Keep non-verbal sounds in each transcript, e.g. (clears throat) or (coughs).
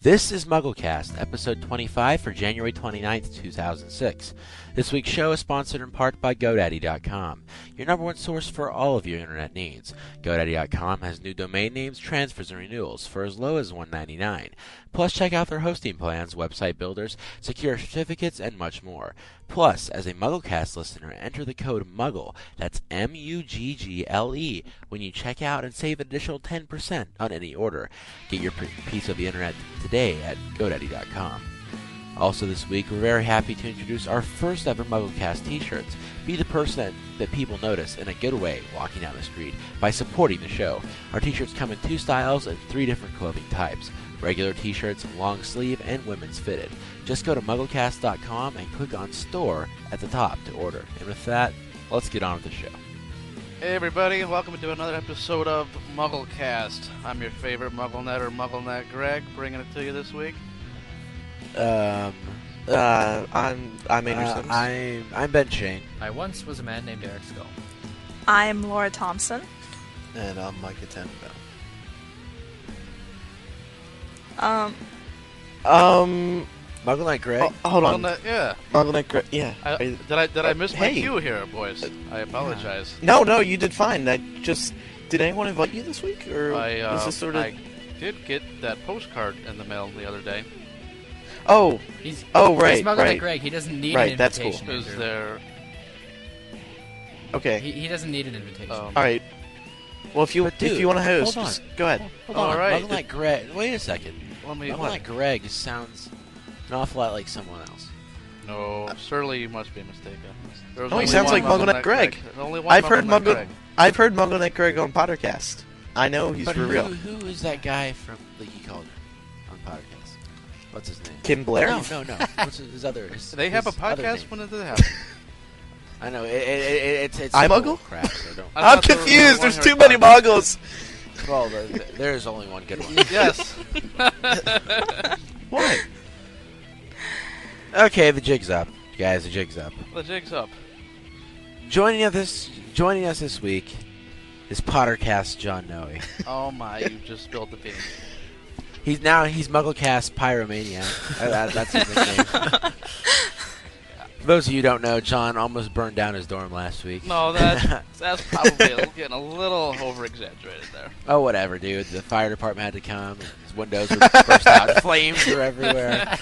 This is MuggleCast, episode 25 for January 29th, 2006. This week's show is sponsored in part by GoDaddy.com, your number one source for all of your internet needs. GoDaddy.com has new domain names, transfers, and renewals for as low as $1.99. Plus, check out their hosting plans, website builders, secure certificates, and much more. Plus, as a MuggleCast listener, enter the code MUGGLE, that's M U G G L E, when you check out and save an additional 10% on any order. Get your p- piece of the internet today at GoDaddy.com. Also, this week, we're very happy to introduce our first ever MuggleCast t shirts. Be the person that, that people notice in a good way walking down the street by supporting the show. Our t shirts come in two styles and three different clothing types regular t shirts, long sleeve, and women's fitted. Just go to mugglecast.com and click on store at the top to order. And with that, let's get on with the show. Hey everybody, welcome to another episode of MuggleCast. I'm your favorite MuggleNet or MuggleNet Greg, bringing it to you this week. Um, Uh, I'm I'm Andrew Sims. I'm, I'm Ben Shane. I once was a man named Eric Skull. I'm Laura Thompson. and I'm Micah Tenfeld. Um, Um, Muggle Night Greg? ho- Oh, hold on. MuggleNet, yeah. I'm gonna gr- yeah. I, Are you- did I did I uh, miss my hey. Uh, cue here, boys? I apologize. no, no, you did fine. I just did anyone invite you this week, or I uh, was this sort of? I did get that postcard in the mail the other day. Oh, He's Oh, he's right, smuggling right. a Greg. He doesn't need Right, an that's cool. invitation. It was Andrew. there. okay. He, he doesn't need an invitation. Um, All right. Well, if you But dude, if you want to host, hold on. just go ahead. Hold All on, right. Muggle Night Greg. Wait a second. Let me. Muggle Night Greg just sounds an awful lot like someone else. No, surely you must be mistaken. There was No, Oh, he only sounds one like MuggleNet Greg. There's Only one I've heard MuggleNet Muggle. Greg. I've heard MuggleNet Greg on Pottercast. I know he's but for who, real. who is that guy from Leaky Calder on podcast? What's his name? Kim Blair. No, no, no. What's his, his other? His, They have a his other podcast. name? When did that happen? I know. It, it, it, it's it's I full of Muggle? crap. So don't. I I'm thought there was confused. one There's here too at many Pottercast. muggles. Well, the, the, there is only one good one. (laughs) (laughs) Yes. Uh, (laughs) Why? okay, the jig's up, guys. The jig's up. The jig's up. Joining us this joining us this week is Pottercast John Noe. Oh my, you just spilled the (laughs) beans. He's now he's MuggleCast Pyromaniac. Uh, that- that's his nickname. (laughs) For those of you who don't know, John almost burned down his dorm last week. No, that (laughs) that's probably a- getting a little over exaggerated there. oh, whatever, dude. The fire department had to come. And his windows were (laughs) burst (laughs) out. Flames were everywhere.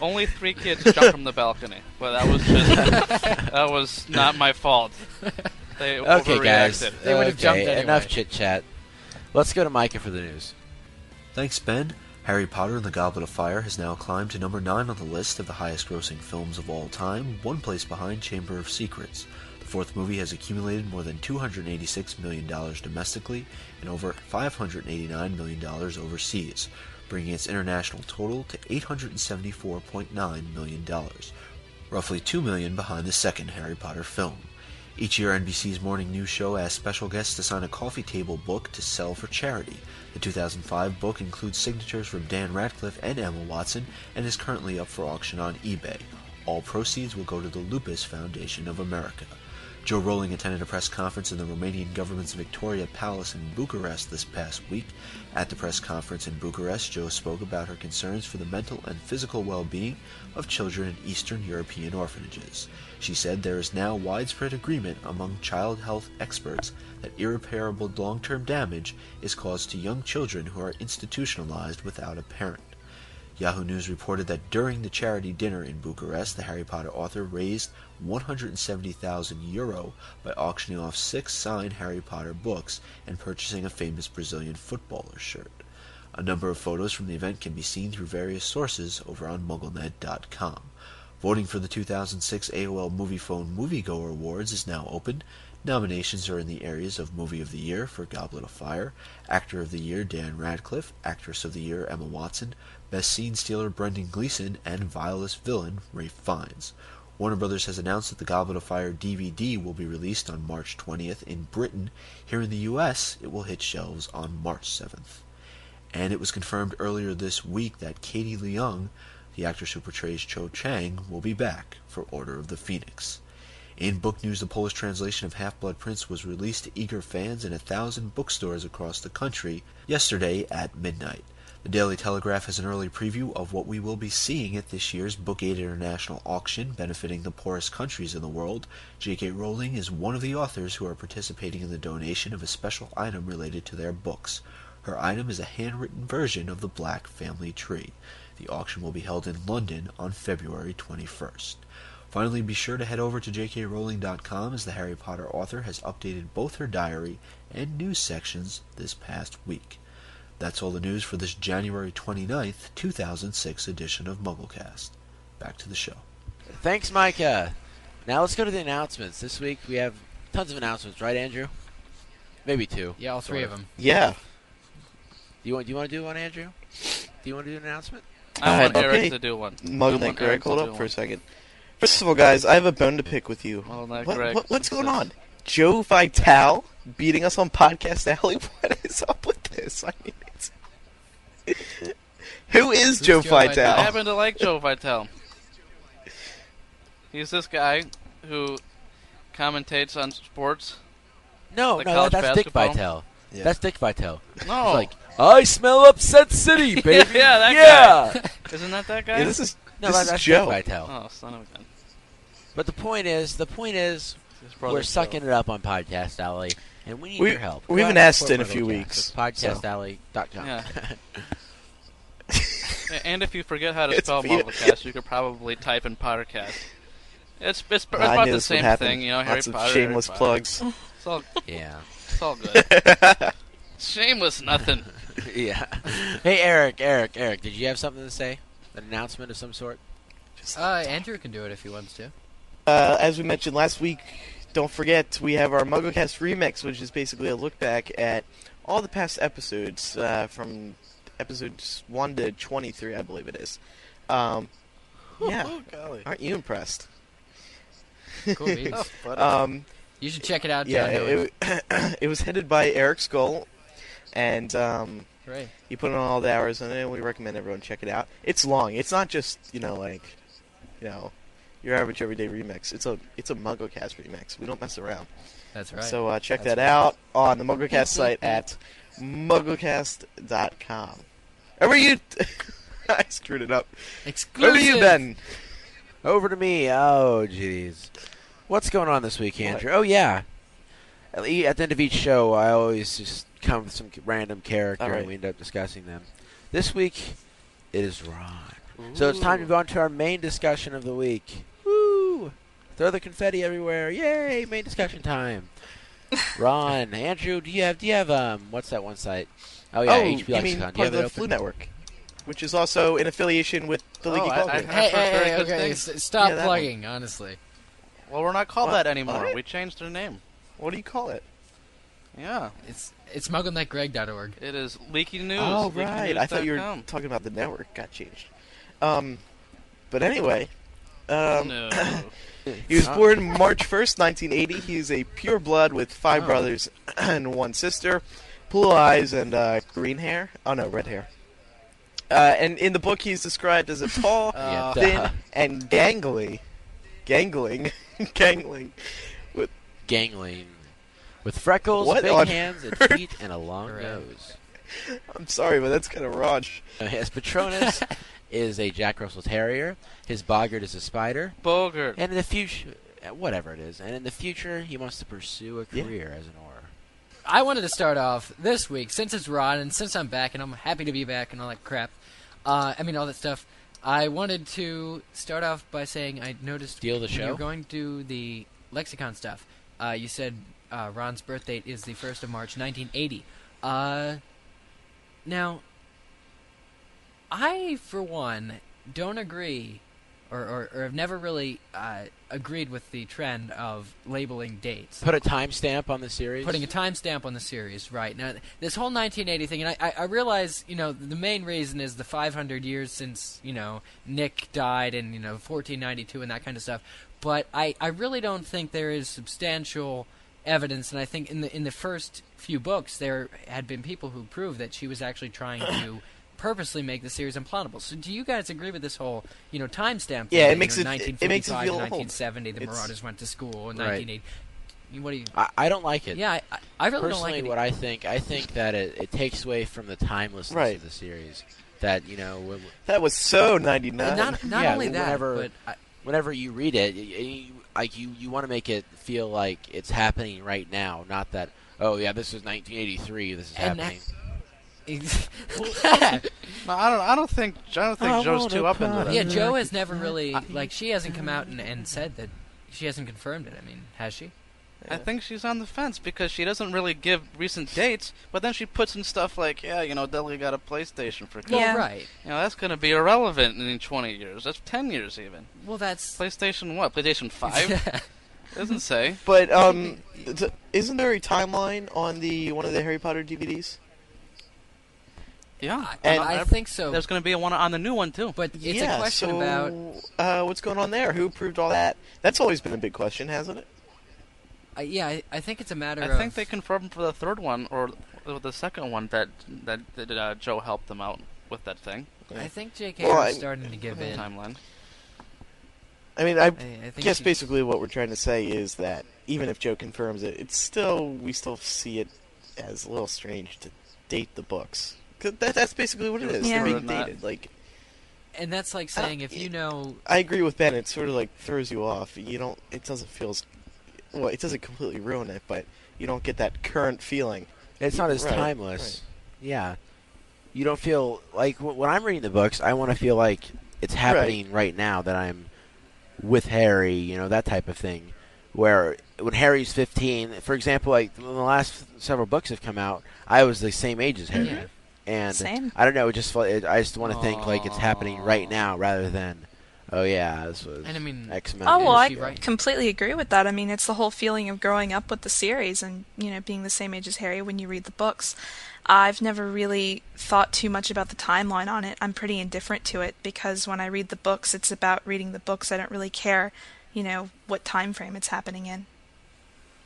Only three kids jumped from the balcony, but that was just that was not my fault. They Okay, overreacted. guys. They would've okay, jumped anyway. Enough chit chat. Let's go to Micah for the news. Thanks, Ben. Harry Potter and the Goblet of Fire has now climbed to number 9 on the list of the highest grossing films of all time, one place behind Chamber of Secrets. The fourth movie has accumulated more than $286 million domestically and over $589 million overseas, bringing its international total to $874.9 million, roughly $2 million behind the second Harry Potter film. Each year, NBC's morning news show asks special guests to sign a coffee table book to sell for charity. The 2005 book includes signatures from Dan Radcliffe and Emma Watson and is currently up for auction on eBay. All proceeds will go to the Lupus Foundation of America. Joe Rowling attended a press conference in the Romanian government's Victoria Palace in Bucharest this past week. At the press conference in Bucharest, Joe spoke about her concerns for the mental and physical well being of children in Eastern European orphanages. She said there is now widespread agreement among child health experts that irreparable long term damage is caused to young children who are institutionalized without a parent. Yahoo News reported that during the charity dinner in Bucharest, the Harry Potter author raised 170,000 euro by auctioning off six signed Harry Potter books and purchasing a famous Brazilian footballer shirt. A number of photos from the event can be seen through various sources over on MuggleNet.com. Voting for the 2006 AOL Movie Phone Moviegoer Awards is now open. Nominations are in the areas of Movie of the Year for Goblet of Fire, Actor of the Year Dan Radcliffe, Actress of the Year Emma Watson, Best Scene Stealer Brendan Gleeson, and Vilest Villain Rafe Fiennes. Warner Brothers has announced that the Goblet of Fire DVD will be released on March 20th in Britain. Here in the US, it will hit shelves on March 7th. And it was confirmed earlier this week that Katie Leung, the actress who portrays Cho Chang, will be back for Order of the Phoenix. In book news, the Polish translation of Half Blood Prince was released to eager fans in a thousand bookstores across the country yesterday at midnight. The Daily Telegraph has an early preview of what we will be seeing at this year's Book 8 International Auction benefiting the poorest countries in the world. J.K. Rowling is one of the authors who are participating in the donation of a special item related to their books. Her item is a handwritten version of the Black Family Tree. The auction will be held in London on February 21st. Finally, be sure to head over to jkrowling.com as the Harry Potter author has updated both her diary and news sections this past week. That's all the news for this January 29th, 2006 edition of MuggleCast. Back to the show. Thanks, Micah. Now let's go to the announcements. This week we have tons of announcements, right, Andrew? Maybe two. Yeah, all three of them. Yeah. Do you want? Do you want to do one, Andrew? Do you want to do an announcement? I Uh, want okay. Eric to do one. I Muggle want Night Greg, Eric to hold do up for one. a second. First of all, guys, I have a bone to pick with you. Muggle Night What- Greg. what- what's going on? Joe Vital beating us on Podcast Alley? (laughs) What is up with this? I mean, it's... (laughs) Who is Joe, Joe Vital? Vidal? I happen to like Joe Vitale. He's this guy who commentates on sports. No, Like Oh, no, college that's Dick basketball? (laughs) Vitale. Yeah. (laughs) That's Dick Vitale. No, He's like, I smell (laughs) upset city, baby. yeah, that yeah. isn't that that guy? Yeah, this is No, This that- is that's Joe. Dick Vitale. Oh, son of a gun. But the point is, the point is, His brother we're Joe. sucking it up on Podcast Alley, and we need We- your help. we haven't Go out and asked support in a few Mugglecast. weeks, It's PodcastAlley.com. Yeah. (laughs) A- And if you forget how to It's (laughs) spell weird. Mugglecast, you could probably type in Pottercast. It's, it's, it's I about knew the this would same happen. thing, you know. Harry Lots of Potter, Harry shameless Potter. plugs. It's all, yeah. it's all good. (laughs) shameless (laughs) nothing. (laughs) yeah. Hey, Eric, Eric, Eric, did you have something to say? An announcement of some sort? Uh, Andrew can do it if he wants to. uh, as we mentioned last week, don't forget we have our MuggleCast remix, which is basically a look back at all the past episodes uh, from episodes one to twenty-three, I believe it is. Um, yeah, golly. aren't you impressed? Cool beats. (laughs) Um, you should check it out. yeah, John Doe. it, it (clears throat) was headed by Eric Skoll, and um, Hooray. you put in all the hours in it, and we recommend everyone check it out. It's long. It's not just you know like, you know, your average everyday remix. It's a it's a MuggleCast remix. We don't mess around. That's right. So uh, check That's that out on the MuggleCast site at mugglecast.com. And Where you? (laughs) I screwed it up. Exclusive. Where you been? Over to me. Oh, jeez. What's going on this week, Andrew? Oh, yeah. At le- at the end of each show, I always just come with some c- random character, All right. and we end up discussing them. This week, it is Ron. So it's time to move on to our main discussion of the week. Woo! Throw the confetti everywhere! Yay! Main discussion time. (laughs) Ron, Andrew, do you have do you have um what's that one site? Oh yeah, oh, HB you mean Lexicon. Do you part of have the it Flu open? Network, which is also in affiliation with the Oh, Leaky I- Clover. I- Very Hey, hey, hey, good okay, things. s- stop Yeah, that plugging, honestly. Well, we're not called What? that anymore. What? We changed our name. What do you call it? Yeah, It's it's smugglednetgreg.org. it is Leaky News. oh right, I thought you were leakynews.com. talking about the network got changed. Um, but anyway, um, No. (coughs) He was Huh? born March 1st, 1980. He is a pure blood with five Oh. brothers (coughs) and one sister, blue eyes and uh, green hair. Oh no, red hair. Uh, and in the book, he's described as a (laughs) tall, Yeah, thin, duh. and gangly, gangling, (laughs) gangling. Gangling. With freckles, What big on hands and earth? feet, and a long Hooray. nose. I'm sorry, but that's kind of raunch. Uh, (laughs) His Patronus is a Jack Russell Terrier. His Boggart is a spider. Bogart. And in the future, whatever it is, and in the future, he wants to pursue a Yeah. career as an oar. I wanted to start off this week since it's Ron and since I'm back and I'm happy to be back and all that crap. Uh, I mean all that stuff. I wanted to start off by saying I noticed Steal the when show? you're going to the lexicon stuff. Uh, you said uh, Ron's birth date is the first of March, 1980. Uh, now, I for one don't agree, or or, or have never really uh, agreed with the trend of labeling dates Put a timestamp on the series. putting a timestamp on the series, right? Now, this whole 1980 thing, and I, I, I realize, you know, the main reason is the 500 years since, you know, Nick died and, you know, 1492 and that kind of stuff. But I, I really don't think there is substantial evidence, and I think in the in the first few books there had been people who proved that she was actually trying (coughs) to purposely make the series implausible. So do you guys agree with this whole, you know, timestamp? thing Yeah, it that, you makes know, it- it- it makes it 1955 to feel old. 1970. The It's- Marauders went to school in Right. 1980. What do you? I, I don't like it. Yeah, I, I- I really don't Personally, like it. what I think, I think that it, it takes away from the timelessness Right. of the series. That you know, when- That was so And 99. not not yeah, only that, whenever- but I, whenever you read it, y- y- you, like you, you want to make it feel like it's happening right now, not that oh yeah, this is 1983, this is And that- happening. (laughs) No, I don't. I don't think. I don't think I Joe's want too a up into that. yeah, Joe has never really like she hasn't come out and, and said that she hasn't confirmed it. I mean, has she? I think she's on the fence because she doesn't really give recent dates, but then she puts in stuff like, yeah, you know, Deli got a PlayStation for kids. Yeah. Well, right. You know, that's going to be irrelevant in 20 years. That's 10 years even. Well, that's PlayStation what? (laughs) PlayStation 5? doesn't say. But um, th- isn't there a timeline on the one of the Harry Potter DVDs? Yeah. And- I think so. There's going to be a one on the new one too. But it's yeah, a question so, about uh, what's going on there. Who approved all that? That's always been a big question, hasn't it? I yeah. I, I think it's a matter I of. think they confirmed for the third one or the second one that that, that uh, Joe helped them out with that thing I think J.K. Well, is I- starting to give in. I, timeline. I mean, I I think guess she- basically what we're trying to say is that even if Joe confirms it, it's still we still see it as a little strange to date the books. 'Cause That, that's basically what it is. Yeah. They're Sure, being not- dated. Like and that's like saying if you know I agree with Ben. It sort of like throws you off. You don't. It doesn't feel. as- Well, it doesn't completely ruin it, but you don't get that current feeling. It's not as Right, timeless. Yeah, you don't feel like wh- when I'm reading the books, I want to feel like it's happening right. now that I'm with Harry, you know, that type of thing. Where when Harry's 15, for example, like when the last several books have come out, I was the same age as Harry, Yeah. and Same. I don't know. It just felt- it, I just want to think like it's happening right now rather than oh yeah, this was And I mean- X Men. Oh well, I she right? completely agree with that. I mean, it's the whole feeling of growing up with the series and you know being the same age as Harry when you read the books. I've never really thought too much about the timeline on it. I'm pretty indifferent to it because when I read the books, it's about reading the books. I don't really care, you know, what time frame it's happening in.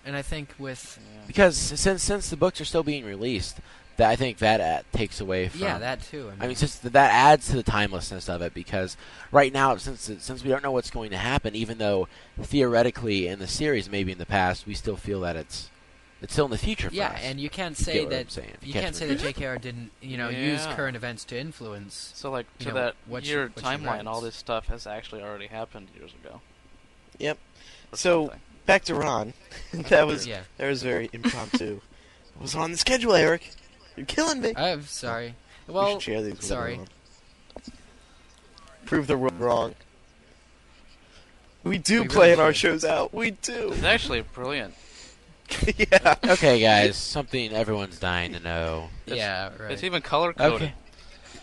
and I think with because since since the books are still being released, that I think that uh, takes away from yeah that too. I mean, since th- that adds to the timelessness of it because right now, since it- since we don't know what's going to happen, even though theoretically in the series, maybe in the past, we still feel that it's it's still in the future. For yeah, us. and you can't You say get what I'm that saying. you can't say that J.K.R. didn't you know use Yeah. current events to influence. So like You to know, that what she- year what she writes. timeline, all this stuff has actually already happened years ago. Yep. Or So something. back to Ron. (laughs) that was Yeah. that was very impromptu. it was on the schedule, Eric. You're killing me. I'm sorry. we Well, should share these. with sorry. everyone. Prove the world wrong. We do We plan really our should. shows out. We do. it's actually brilliant. yeah. (laughs) okay, guys, something everyone's dying to know. It's- yeah, right. It's even color coded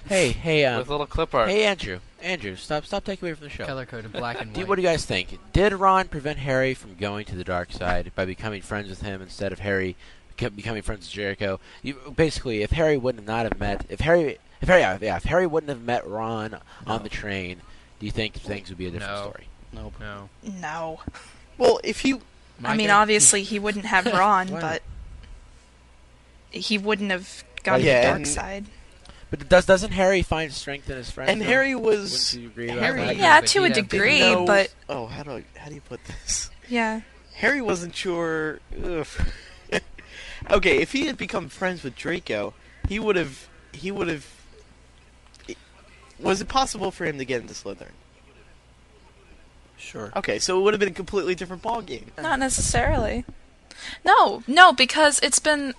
Hey, hey, um, with uh, little clip art. hey, Andrew, Andrew, stop, stop taking away from the show. color coded black (laughs) and Do, white. what do you guys think? Did Ron prevent Harry from going to the dark side by becoming friends with him instead of Harry beco- becoming friends with Jericho? You, basically, if Harry wouldn't have not have met, if Harry, if Harry, yeah, if Harry wouldn't have met Ron on the train, do you think things would be a different No. story? Nope. no. No, Well, if you I mean, Micah? obviously he wouldn't have Ron, (laughs) Why not? but he wouldn't have gone Yeah, to the dark and- side. But does doesn't Harry find strength in his friends? and though? Harry wouldn't was you agree about Harry- that? Yeah, Yeah, but to he'd a have to degree, no- but oh, how do I, how do you put this? yeah, Harry wasn't sure. Ugh. (laughs) okay, if he had become friends with Draco, he would have. He would have. Was it possible for him to get into Slytherin? Sure. Okay, so it would have been a completely different ballgame. Not necessarily. No, no, because it's been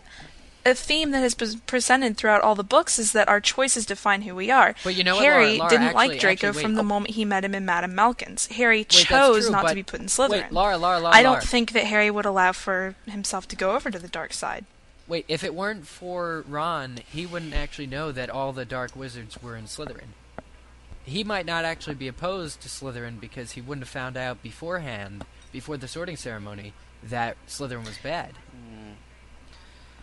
a theme that has been presented throughout all the books is that our choices define who we are. But you know what, Harry Laura- Laura, didn't actually- like Draco actually, from wait. oh. the moment he met him in Madame Malkin's. Harry that's chose true, not but- to be put in Slytherin. Wait, Laura, Laura, Laura. I don't Laura. think that Harry would allow for himself to go over to the dark side. Wait, if it weren't for Ron, he wouldn't actually know that all the dark wizards were in Slytherin. He might not actually be opposed to Slytherin because he wouldn't have found out beforehand, before the sorting ceremony, that Slytherin was bad. Mm.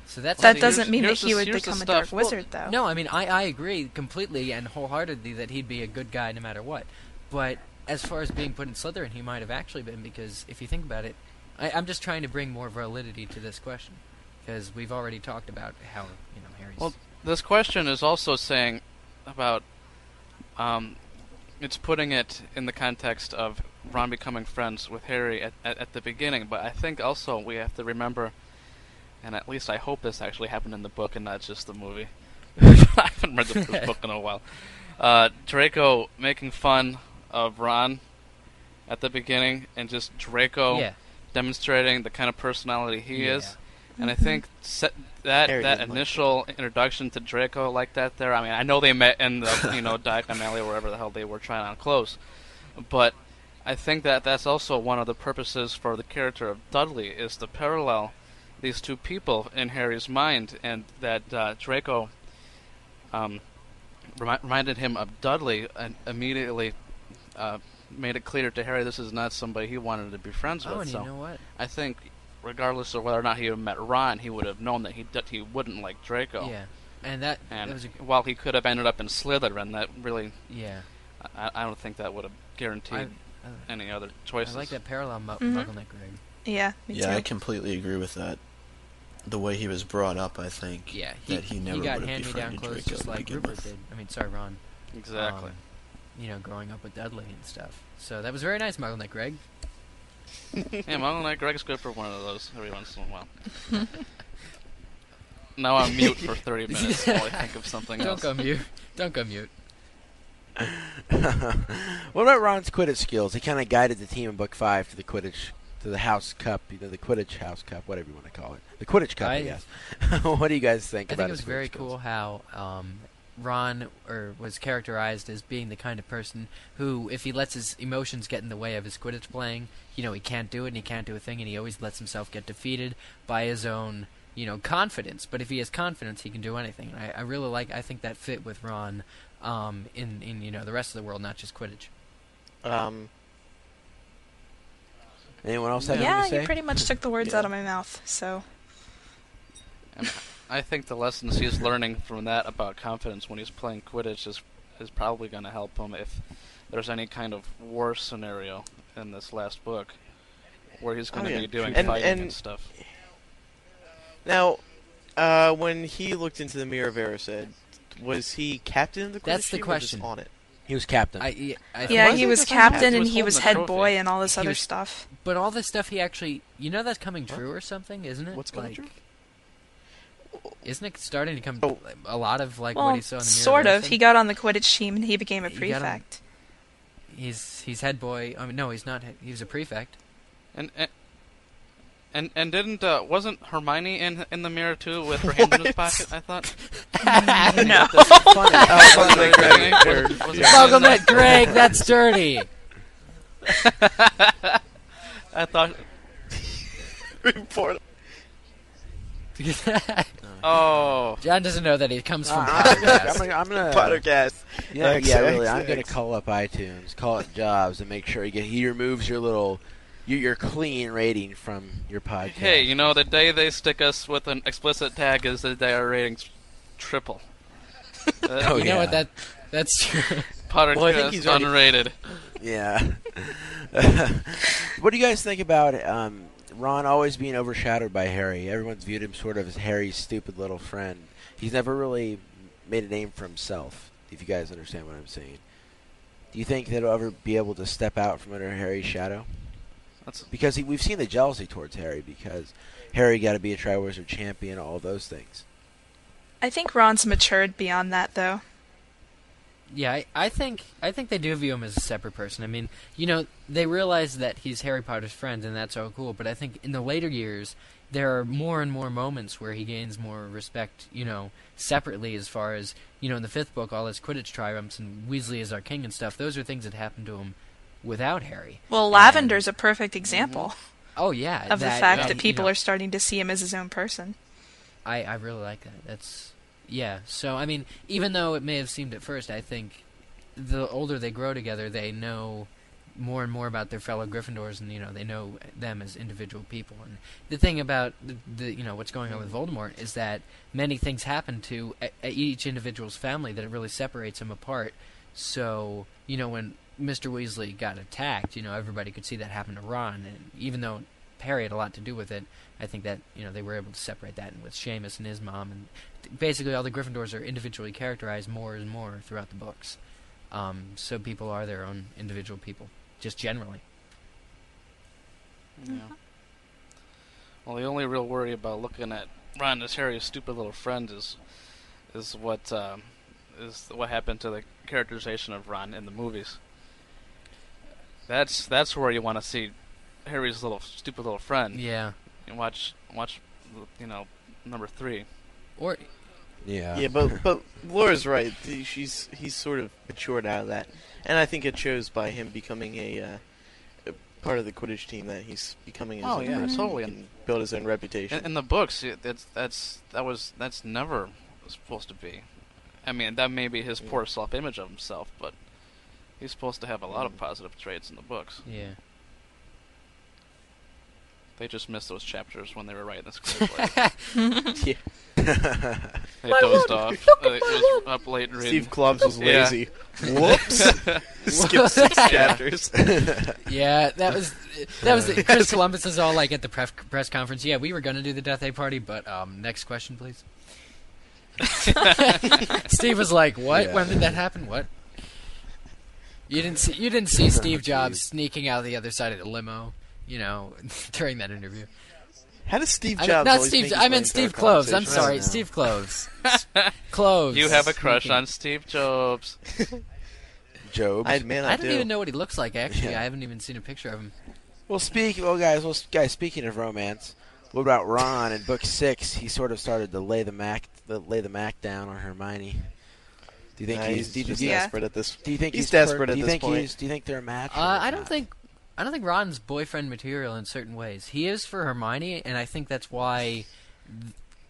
So that's That here's- doesn't mean that here's he the- would here's the become a dark stuff. Well, wizard, though. No, I mean I, I agree completely and wholeheartedly that he'd be a good guy no matter what. But as far as being put in Slytherin, he might have actually been because if you think about it, I, I'm just trying to bring more validity to this question because we've already talked about how you know Harry's. Well, this question is also saying about um, it's putting it in the context of Ron becoming friends with Harry at, at, at the beginning, but I think also we have to remember, and at least I hope this actually happened in the book and not just the movie. (laughs) I haven't read the (laughs) book in a while. Uh, Draco making fun of Ron at the beginning, and just Draco Yeah. demonstrating the kind of personality he Yeah. Mm-hmm. is. And I think set that Harry that didn't like initial introduction to Draco like that there. I mean, I know they met in the you know Diagon Alley or wherever the hell they were trying on clothes, but I think that that's also one of the purposes for the character of Dudley is to parallel these two people in Harry's mind, and that uh, Draco um, remi- reminded him of Dudley and immediately. Uh, made it clear to Harry this is not somebody he wanted to be friends with. Oh, and so you know what? I think, regardless of whether or not he had met Ron, he would have known that he d- he wouldn't like Draco. Yeah. And that, And that was a while he could have ended up in Slytherin, that really, yeah. I, I don't think that would have I, guaranteed I, any other I choices. like that parallel mu- Mhm. muggleneck rig. Yeah, me Yeah, I too. completely agree with that. The way he was brought up, I think. Yeah, he, that he never he got would've hand-me-down befriended clothes Draco just to like begin Rupert with. did. I mean, sorry, Ron. Exactly. um, you know, growing up with Dudley and stuff. So that was very nice, Muggleneck Greg. (laughs) yeah, Muggle Knight Greg's good for one of those every once in a while. now I'm mute for (laughs) 30 minutes while I think of something Don't else. go mute. Don't go mute. what about Ron's Quidditch skills? He kind of guided the team in Book Five to the Quidditch, to the House Cup, you know, the Quidditch House Cup, whatever you want to call it, the Quidditch Cup, I, I- guess. (laughs) what do you guys think I about think it was his Quidditch very skills? cool how um, Ron or was characterized as being the kind of person who, if he lets his emotions get in the way of his Quidditch playing, you know, he can't do it and he can't do a thing, and he always lets himself get defeated by his own, you know, confidence. But if he has confidence, he can do anything. And I, I really like. I think that fit with Ron um, in in you know the rest of the world, not just Quidditch. Um, Anyone else have Yeah, anything to you say? pretty much took the words Yeah. out of my mouth. So I think the lessons he's learning from that about confidence when he's playing Quidditch is is probably going to help him if there's any kind of war scenario in this last book where he's going Oh, to yeah. be doing And- fighting and, and- stuff. Now, uh, when he looked into the mirror, Vera said, "Was he captain of the Quidditch That's the team or question. just on it?" He was captain. I, I, I yeah, he wasn't was just like that. captain He and was he was holding head the boy trophy. and all this He other was- stuff. But all this stuff he actually, you know, that's coming true or something, isn't it? What's coming Like, true? Isn't it starting to come Oh. a lot of like what well, he saw in the mirror? sort and of. He everything? got on the Quidditch team and he became a He got on- prefect. He's he's head boy. I mean, no, he's not. head- He was a prefect. And and and, and didn't uh, wasn't Hermione in in the mirror too with her hand in his pocket? I (laughs) thought. (laughs) no. (laughs) Funny. Oh, funny. Uh, Wasn't it- wasn't- wasn't it- Welcome that Greg. (laughs) (laughs) That's dirty. I thought. (laughs) Oh, John doesn't know that he comes from. Uh, I'm podcast. gonna, I'm gonna Pottercast. yeah, X, yeah, X, really. I'm gonna X. call up iTunes, call up Jobs, and make sure he get, he removes your little, your, your clean rating from your podcast. hey, you know the day they stick us with an explicit tag is the day our ratings triple. Uh, oh you yeah, know what? That (laughs) that's true. Podcast Well, I think he's already- unrated. yeah. (laughs) what do you guys think about um, Ron always being overshadowed by Harry? Everyone's viewed him sort of as Harry's stupid little friend. He's never really made a name for himself. If you guys understand what I'm saying, do you think that he'll ever be able to step out from under Harry's shadow? That's because he, we've seen the jealousy towards Harry because Harry got to be a Triwizard champion, all those things. I think Ron's matured beyond that, though. Yeah, I, I think I think they do view him as a separate person. I mean, you know, they realize that he's Harry Potter's friend, and that's all cool. But I think in the later years, there are more and more moments where he gains more respect. You know, separately as far as you know, in the fifth book, all his Quidditch triumphs and Weasley is our king and stuff. Those are things that happened to him without Harry. Well, Lavender's a perfect example Mm-hmm. Oh yeah, of the fact yeah, that you people know, are starting to see him as his own person. I, I really like that. That's yeah. So I mean, even though it may have seemed at first, I think the older they grow together, they know more and more about their fellow Gryffindors, and you know they know them as individual people. And the thing about the, the you know what's going on with Voldemort is that many things happen to a, a each individual's family that it really separates them apart. So you know when Mr. Weasley got attacked, you know everybody could see that happen to Ron, and even though Harry had a lot to do with it, I think that you know they were able to separate that and with Seamus and his mom, and t- basically all the Gryffindors are individually characterized more and more throughout the books. Um, so people are their own individual people, just generally. Yeah. Well, the only real worry about looking at Ron as Harry's stupid little friend is is what um, is what happened to the characterization of Ron in the movies. That's that's where you want to see Harry's little stupid little friend. Yeah. And watch watch you know number three. Or Yeah. Yeah, but but Laura's right. The- She's he's sort of matured out of that, and I think it shows by him becoming a, uh, a part of the Quidditch team that he's becoming. His Oh, own yeah, person. totally. He can build his own reputation. In, in the books, it, that's that's that was that's never supposed to be. I mean, that may be his poor self-image of himself, but he's supposed to have a lot of positive traits in the books. yeah. They just missed those chapters when they were (laughs) writing the screenplay. (laughs) they My dozed lord, off. look They at my was up late reading. Steve Clubs was Yeah. lazy. (laughs) Whoops. (laughs) Skip (laughs) six chapters. Uh, Yeah, that was that was (laughs) Chris Columbus is all like at the pref- press conference. Yeah, we were gonna do the death day party, but um, next (laughs) question, please. (laughs) Steve was like, "What? When did that happen? What?" You didn't see you didn't (laughs) see Steve Jobs sneaking out the other side of the limo, you know, (laughs) during that interview. How does Steve I Jobs? mean, not always Steve. make his I way into our meant Steve Cloves. I'm conversations? sorry, I don't know. Steve Cloves. (laughs) Cloves. You have a crush Sneaking. on Steve Jobs. Jobs. (laughs) I man, I, I don't do. even know what he looks like. Actually, Yeah. I haven't even seen a picture of him. Well, speak. Well, guys. Well, s- guys. Speaking of romance, what about Ron in book six? He sort of started to lay the mac, the, lay the mac down on Hermione. Do you think Nah, he's? he's Do you, just do you- yeah. desperate at this. do you think He's he's, per- desperate at do you this think point. he's- do you think they're a match? Uh, or I don't not? think I don't think Ron's boyfriend material in certain ways. He is for Hermione, and I think that's why.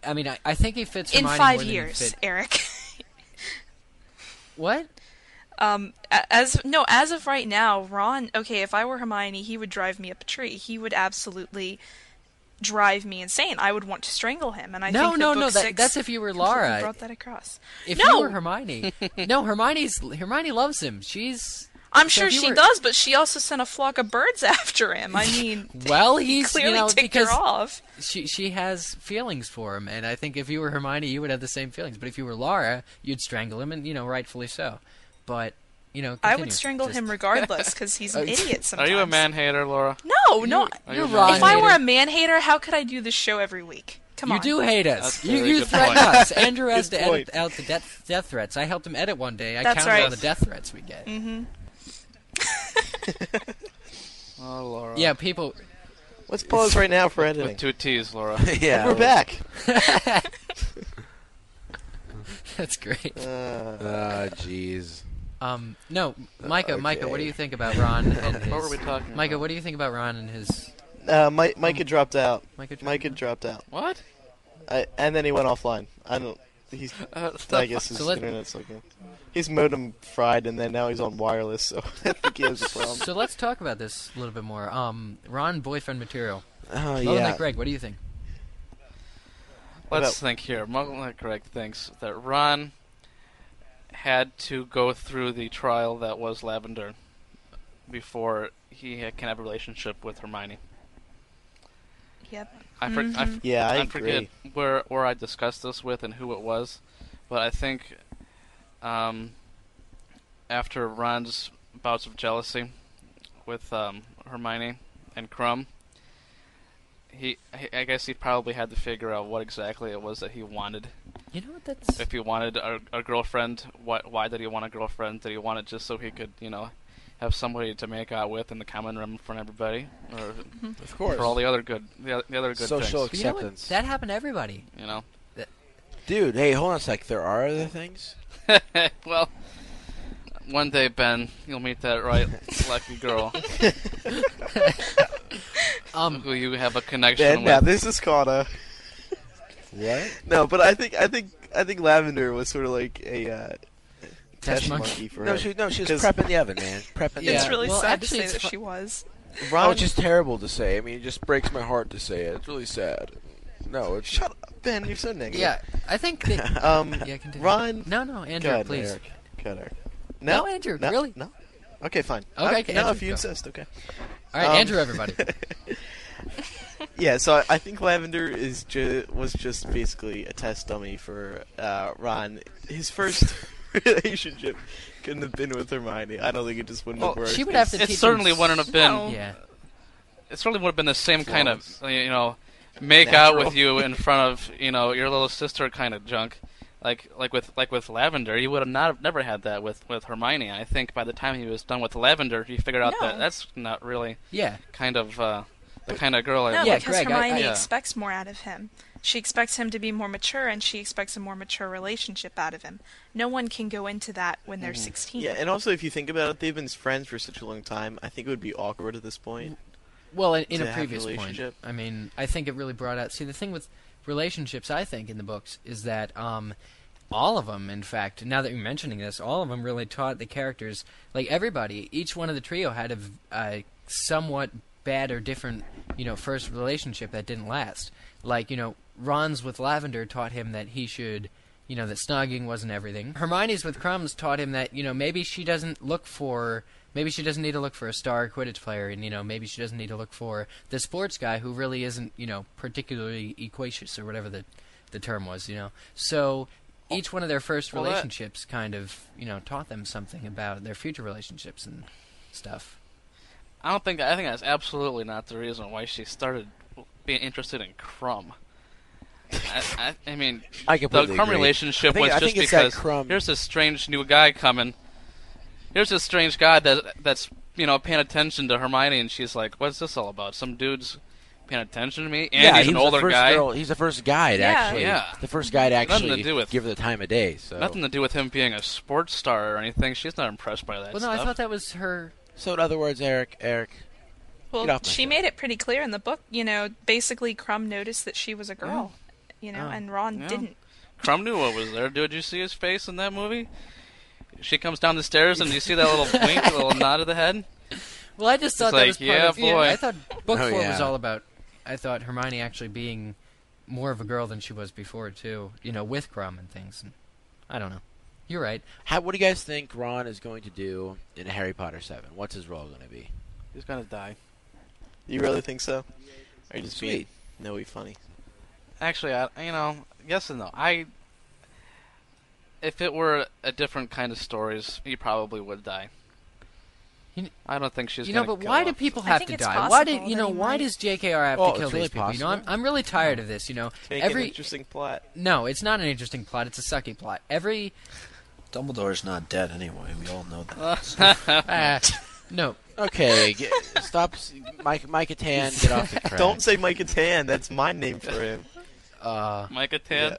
I mean, I, I think he fits in Hermione five more than he years, fit- Eric. (laughs) What? Um, a- as no, as of right now, Ron. Okay, if I were Hermione, he would drive me up a tree. He would absolutely drive me insane. I would want to strangle him. And I No, think no, that book no, that- six that's if you were completely Laura. Brought that across. If no, you were Hermione, (laughs) no, Hermione's Hermione loves him. She's I'm so sure if you she were- does, but she also sent a flock of birds (laughs) after him. I mean, well, he he's clearly you know ticked because her off. she she has feelings for him, and I think if you were Hermione, you would have the same feelings. But if you were Laura, you'd strangle him, and you know, rightfully so. But you I know, continue. would strangle (laughs) Just- him regardless because he's an Oh, idiot. Are Sometimes. you a man hater, Laura? No, no. Are You're you Ron if I were hater. a man hater, how could I do this show every week? Come You on. do hate us. That's You, very you good threaten point. us. Andrew has Good to point. edit out the death, death threats. I helped him edit one day. I That's counted all right. Mm-hmm. the death threats we get. Oh, Laura. Yeah, people. Let's pause right now for editing. With two T's, Laura. (laughs) yeah. We're back. (laughs) That's great. Uh, Oh, Ah, jeez. Um, no, Micah, Micah, what do okay. you think about Ron and his? (laughs) What were we talking Micah, about? what do you think about Ron and his? uh, Mike, Micah dropped out. Micah, Jordan? Micah dropped out, What? I, and then he went offline. I don't. He's. Uh, I guess his So let- internet's okay. His modem fried, and then now he's on wireless, so (laughs) I think he has a problem. So let's talk about this a little bit more. Um, Ron boyfriend material. Oh Other than that, yeah. Greg, what do you think? Let's think here. Muggle Greg thinks that Ron had to go through the trial that was Lavender before he ha- can have a relationship with Hermione. Yep. Mm-hmm. I, for, Mm-hmm. I, f- Yeah, I forget where where I discussed this with and who it was, but I think um, after Ron's bouts of jealousy with um, Hermione and Crumb, he he- I guess he probably had to figure out what exactly it was that he wanted You know what? That's if he wanted a, a girlfriend, why, why did he want a girlfriend? Did he want it just so he could, you know, have somebody to make out with in the common room in front of everybody, or Mm-hmm. Of for all the other good, the, oth- the other good Social things? you know what? acceptance. That happened to everybody. You know. Dude, hey, hold on a sec. There are other things. (laughs) well, one day, Ben, you'll meet that (laughs) right lucky girl Um, who you have a connection Ben, with. now this is caught a. (laughs) What? No, but I think I think I think Lavender was sort of like a uh, test monkey. monkey for No, him. she no, she was 'Cause- prepping the oven, man. Prepping Yeah. the It's oven. really well, sad actually, to it's say that fu- she was. Oh, Ron, it's just terrible to say. I mean, it just breaks my heart to say it. It's really sad. No, it's shut up, Ben. You're so negative. yeah, I think. (laughs) That, Um, yeah, continue. Ron. No, no, Andrew, God, please. Eric. God, Eric. No, Andrew, no, really? No. Okay, fine. Okay, I- okay, no, Andrew, if you go. insist. Okay. All right, Um, Andrew, everybody. (laughs) Yeah, so I, I think Lavender is ju- was just basically a test dummy for uh, Ron. His first (laughs) relationship couldn't have been with Hermione. I don't think it just wouldn't Well, have worked. Oh, she would have to- It Teach certainly him wouldn't have been no. yeah. it certainly would have been the same kind of Flawless. you know make out Natural. with you (laughs) in front of you know your little sister kind of junk. Like like with like with Lavender, he would have not never had that with with Hermione. I think by the time he was done with Lavender, he figured out that No. that's not really Yeah. kind of uh, the kind of girl I No, Yeah, because Greg, I- Hermione I- expects more out of him. She expects him to be more mature, and she expects a more mature relationship out of him. No one can go into that when Mm-hmm. they're 16. Mm-hmm. Yeah, and also if you think about it, they've been friends for such a long time. I think it would be awkward at this point. Well, in, in to a have a previous point, relationship. I mean, I think it really brought out. See, the thing with relationships, I think, in the books is that um, all of them, in fact, now that you're mentioning this, all of them really taught the characters, like everybody, each one of the trio had a, v- a somewhat bad or different, you know, first relationship that didn't last. Like, you know, Ron's with Lavender taught him that he should you know that snogging wasn't everything. Hermione's with Crumbs taught him that you know maybe she doesn't look for maybe she doesn't need to look for a star Quidditch player, and you know maybe she doesn't need to look for the sports guy who really isn't you know particularly equacious or whatever the the term was. You know, so each one of their first Well, that- relationships kind of you know taught them something about their future relationships and stuff. I don't think I think that's absolutely not the reason why she started being interested in Crumb. I, I, I mean, (laughs) I the completely Crumb agree. relationship I think- was I just think it's that because Crumb- here's this strange new guy coming. Here's this strange guy that that's you know paying attention to Hermione, and she's like, "What's this all about? Some dude's paying attention to me, and yeah, he's he an was older the first guy. Girl, he's the first guy to Yeah. actually. Yeah. The first guy to Nothing to actually do with- give her the time of day. So Nothing to do with him being a sports star or anything. She's not impressed by that Well, no, stuff. I thought that was her. So in other words, Eric, Eric, Get Well, off my she show. made it pretty clear in the book. You know, basically, Crumb noticed that she Oh. was a girl. You know, Oh. and Ron Yeah. didn't. Crumb knew what was there. Did you see his face in that movie? She comes down the stairs and you see that (laughs) little wink, a little nod of the head. Well, I just thought It's that like, was part yeah, of. you know, boy. I thought (laughs) book Oh, four yeah. was all about. I thought Hermione actually being more of a girl than she was before too. You know, with Crumb and things. And I don't know. You're right. how what do you guys think Ron is going to do in Harry Potter Seven? What's his role going to be? He's gonna die. You really think so? Or you just being Sweet. no we funny. Actually, I, you know, yes and no. I, if it were a different kind of stories, he probably would die. You- I don't think she's. you know, gonna but kill why him. do people I have think to it's die? Why possible did you that know? he Why might. does J.K.R. have Oh, to it's kill really these people? You know, I'm possible. I'm really tired of this. You know, Make every an interesting plot. no, it's not an interesting plot. It's a sucky plot. Every Dumbledore's not dead anyway. We all (laughs) know that. uh, (laughs) no, Okay, get, stop, s- Mike, Mike Atan, get off the crack. Don't say Mike Tan, that's my name for him. uh, Micah Tan,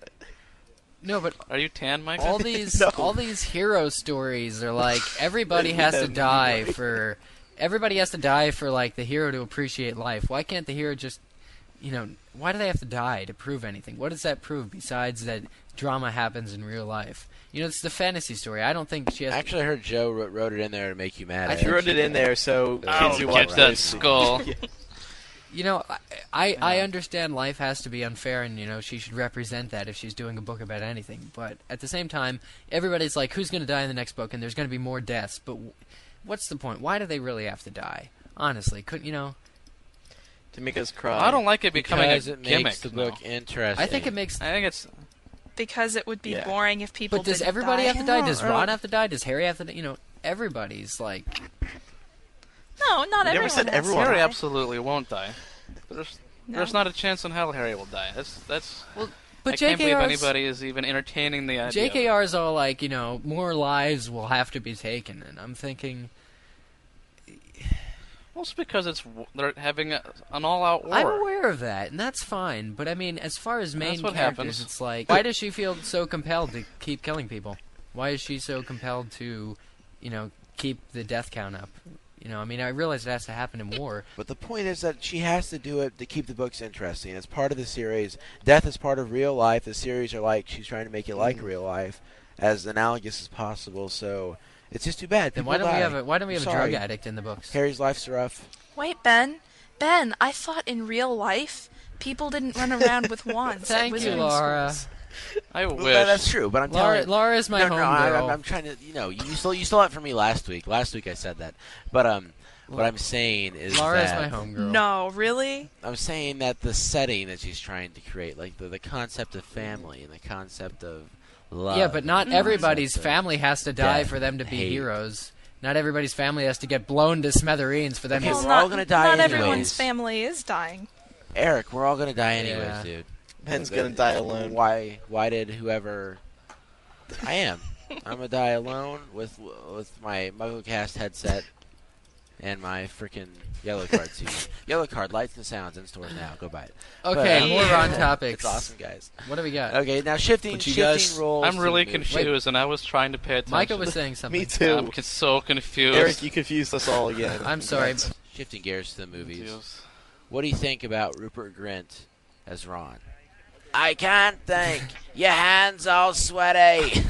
no, but are you Tan, Micah? (laughs) all these No. all these hero stories are like everybody has to Yeah, die right. for everybody has to die for like the hero to appreciate life. Why can't the hero just you know why do they have to die to prove anything? What does that prove besides that drama happens in real life? You know, it's the fantasy story. I don't think she has. Actually, I heard Joe wrote, wrote it in there to make you mad. I Eric. She wrote it in there so I'll I'll kids who Oh, get watch Oh, get that that this (laughs) skull. you know, I, I I understand life has to be unfair, and you know she should represent that if she's doing a book about anything. But at the same time, everybody's like, who's going to die in the next book? And there's going to be more deaths. But w- what's the point? Why do they really have to die? Honestly, couldn't you know? to make us cry. I don't like it becoming because a it gimmick. makes the book though. interesting. I think it makes. I think it's Because it would be Yeah. boring if people. But does didn't everybody die. have to die? Does I don't- Ron have to die? Does Harry have to? die? You know, everybody's like, No, not You never everyone. has said to everyone. Harry die. absolutely won't die. There's, No. there's not a chance in hell Harry will die. That's that's. but I can't believe JKR's anybody is even entertaining the idea. JKR is all like, you know, more lives will have to be taken, and I'm thinking. Well, it's because it's w- they're having a, an all-out war. I'm aware of that, and that's fine. But I mean, as far as main That's what characters, happens. it's like, why does she feel so compelled to keep killing people? Why is she so compelled to, you know, keep the death count up? You know, I mean, I realize it has to happen in war. But the point is that she has to do it to keep the books interesting. It's part of the series. Death is part of real life. The series are like she's trying to make it Mm-hmm. like real life, as analogous as possible. So it's just too bad. Then People why don't we die. have a why don't we I'm have a sorry. drug addict in the books? Harry's life's rough. Wait, Ben. Ben, I thought in real life people didn't (laughs) run around with wands. at Thank you, wizarding (laughs) Laura. schools. I wish. Well, that- that's true, but I'm Laura, telling Laura is my no, no, I, homegirl. I'm, I'm trying to. You know, you still you stole it from me last week. Last week I said that, but um, what I'm saying is Laura is that my homegirl. No, really? I'm saying that the setting that she's trying to create, like the the concept of family and the concept of love. Yeah, but not and the everybody's concept of- family has to die Death, for them to be hate. heroes. Not everybody's family has to get blown to smithereens for them. Okay, to- we're well, all not, gonna die not everyone's anyways. family is dying. Eric, we're all gonna die anyways, Yeah. dude. uh, Ben's gonna die alone. Why? Why did whoever? I am. I'm gonna die alone with with my MuggleCast headset and my freaking (laughs) yellow card season. yellow card lights and sounds in stores now. Go buy it. okay, But- uh, more on It's topics. awesome, guys. What do we got? Okay, now shifting But you shifting guys- roles. I'm to really the movies. confused, and I was trying to pay attention. Micah was saying something. Me too. I'm c- so confused. Eric, you confused us all again. I'm sorry. That's- Shifting gears to the movies. Confused. What do you think about Rupert Grint as Ron? I can't (laughs) think. Your hands all sweaty. (laughs)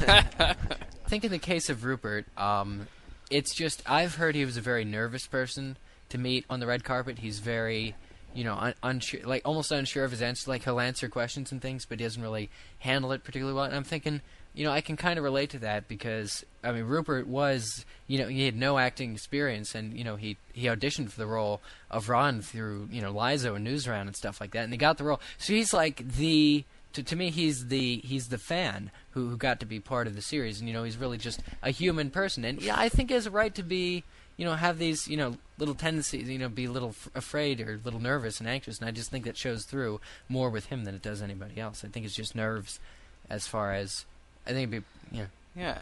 I (laughs) think in the case of Rupert, um, it's just I've heard he was a very nervous person to meet on the red carpet. He's very, you know, un- unsure, like almost unsure of his answer. Like he'll answer questions and things, but he doesn't really handle it particularly well. And I'm thinking, you know, I can kind of relate to that because I mean, Rupert was, you know, he had no acting experience, and you know, he he auditioned for the role of Ron through you know Lizo and Newsround and stuff like that, and he got the role. So he's like the to, to me he's the he's the fan who, who got to be part of the series and you know he's really just a human person and yeah I think he has a right to be you know have these you know little tendencies you know be a little f- afraid or a little nervous and anxious and I just think that shows through more with him than it does anybody else I think it's just nerves as far as I think it'd be yeah Yeah,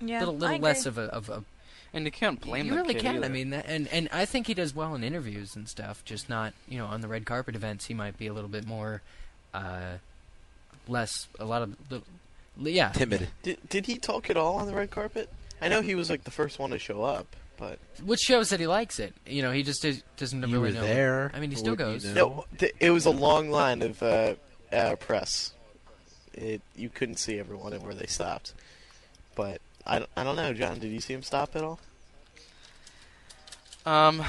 Yeah, a little I little agree. less of a of a and you can't blame you the really kid can either. I mean that, and and I think he does well in interviews and stuff just not you know on the red carpet events he might be a little bit more uh less a lot of little, yeah Timid. Did, did he talk at all on the red carpet? I know he was like the first one to show up, but which shows that he likes it. You know, he just is, doesn't You really were know. there. I mean, he What still would you goes. know? no, th- it was a long line of uh, uh, press. It you couldn't see everyone and where they stopped, but I, don't- I don't know, John. Did you see him stop at all? Um,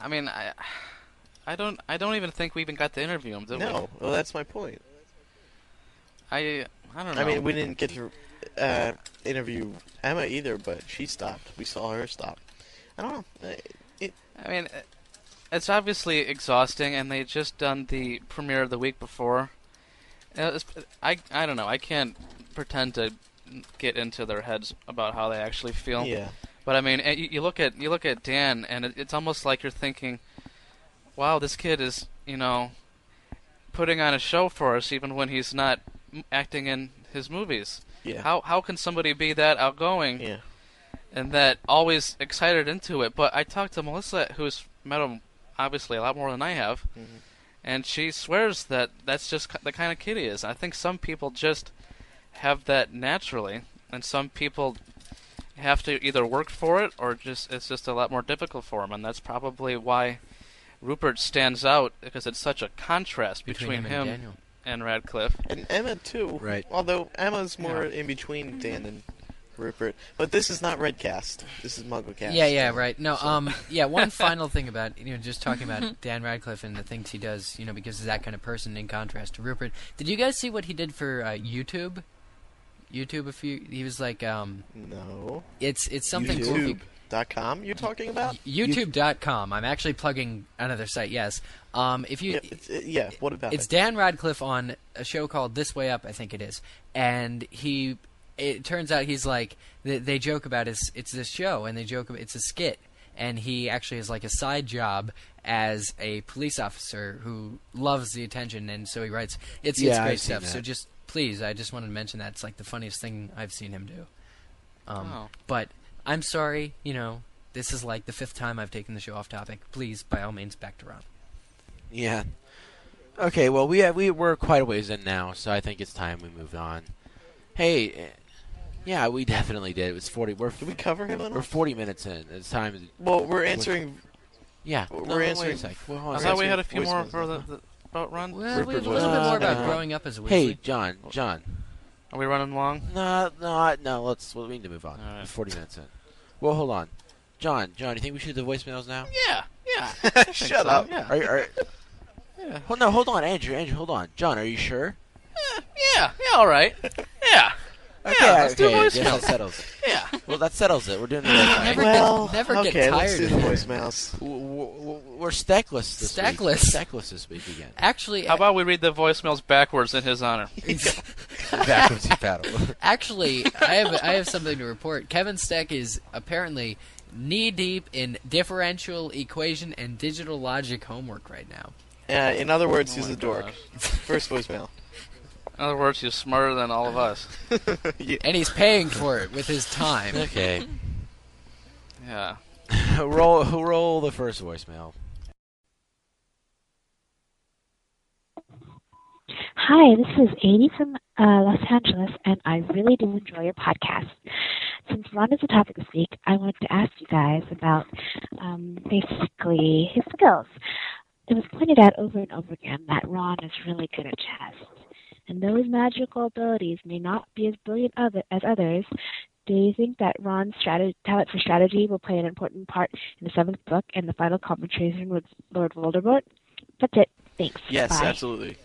I mean, I, I don't, I don't even think we even got to interview him, did we? No. Well, that's my point. I, I don't know. I mean, we didn't get to uh, interview Emma either, but she stopped. We saw her stop. I don't know. I- It, I mean, it- it's obviously exhausting, and they just done the premiere of the week before. Uh, it's- I, I don't know. I can't pretend to get into their heads about how they actually feel. yeah. But I mean, eh, you, you look at you look at Dan, and it, it's almost like you're thinking, "Wow, this kid is you know putting on a show for us, even when he's not m- acting in his movies. Yeah. How how can somebody be that outgoing Yeah. and that always excited into it?" But I talked to Melissa, who's met him obviously a lot more than I have, Mhm. and she swears that that's just ki- the kind of kid he is. I think some people just have that naturally, and some people have to either work for it or just it's just a lot more difficult for them, and that's probably why Rupert stands out because it's such a contrast Between, him, and Daniel. and Radcliffe. And Emma too. Right. Although Emma's more in between Dan and Rupert, but this is not Redcast. This is MuggleCast. Yeah, yeah, right. No, um, (laughs) yeah. One final thing about you know just talking about Dan Radcliffe and the things he does, you know, because he's that kind of person in contrast to Rupert. Did you guys see what he did for uh, YouTube? YouTube, a few. He was like, um, No. it's it's something cool. if you- YouTube.com. You're talking about? YouTube.com. I'm actually plugging another site. Yes. Um, if you Yeah. it's- uh, yeah. What about It's it? Dan Radcliffe on a show called This Way Up, I think it is, and he. It turns out he's like they, they joke about it's it's this show, and they joke about it's a skit, and he actually has like a side job as a police officer who loves the attention, and so he writes it's Yeah, it's great I've seen stuff. So that. just please, I just wanted to mention that it's like the funniest thing I've seen him do. Um, Oh. But I'm sorry, you know, this is like the fifth time I've taken the show off topic. Please, by all means, back to Ron. Yeah. Okay. Well, we have, we we're quite a ways in now, so I think it's time we moved on. Hey, eh, yeah, we definitely did. It was forty. We're Did we cover him? At we're all? forty minutes in. It's time. to- Well, we're answering. yeah. We're no, no, Wait answering- a sec. Well, I hold on a thought we sec. had a few Voice more message. for the, the boat run. Well, we have a Rupert little bit was- more about Uh, growing up as a Weasley. Hey, John. John. Are we running long? No, no, no. Let's. Well, we need to move on. All right. We're Forty minutes in. Well, hold on. John, John, you think we should do the voicemails now? Yeah, (laughs) yeah. Shut up. Yeah, Are, you- are, Yeah. Hold no, hold on, Andrew, Andrew, hold on. John, are you sure? yeah, yeah. All right. Yeah, Yeah, let's do I guess voicemails. that settles it. yeah. Well, that settles it. We're doing the voicemails. Never get- Well, never get okay, let's tired do of the it. voicemails. W- w- w- We're stackless this week. Stackless. Stackless this week again. Actually, (laughs) How about we read the voicemails backwards in his honor? Vacuum compatible. (laughs) Actually, I have I have something to report. Kevin Steck is apparently knee deep in differential equation and digital logic homework right now. Uh, in other words, Oh he's my a dork. (laughs) First voicemail. In other words, he's smarter than all of us. (laughs) Yeah. And he's paying for it with his time. Okay. Yeah. (laughs) roll roll the first voicemail. Hi, this is Amy from uh, Los Angeles, and I really do enjoy your podcast. Since Ron is the topic this week, I wanted to ask you guys about um, basically his skills. It was pointed out over and over again that Ron is really good at chess, and though his magical abilities may not be as brilliant other, as others, do you think that Ron's strat- talent for strategy will play an important part in the seventh book and the final confrontation with Lord Voldemort? That's it. Thanks. Yes, Bye. absolutely.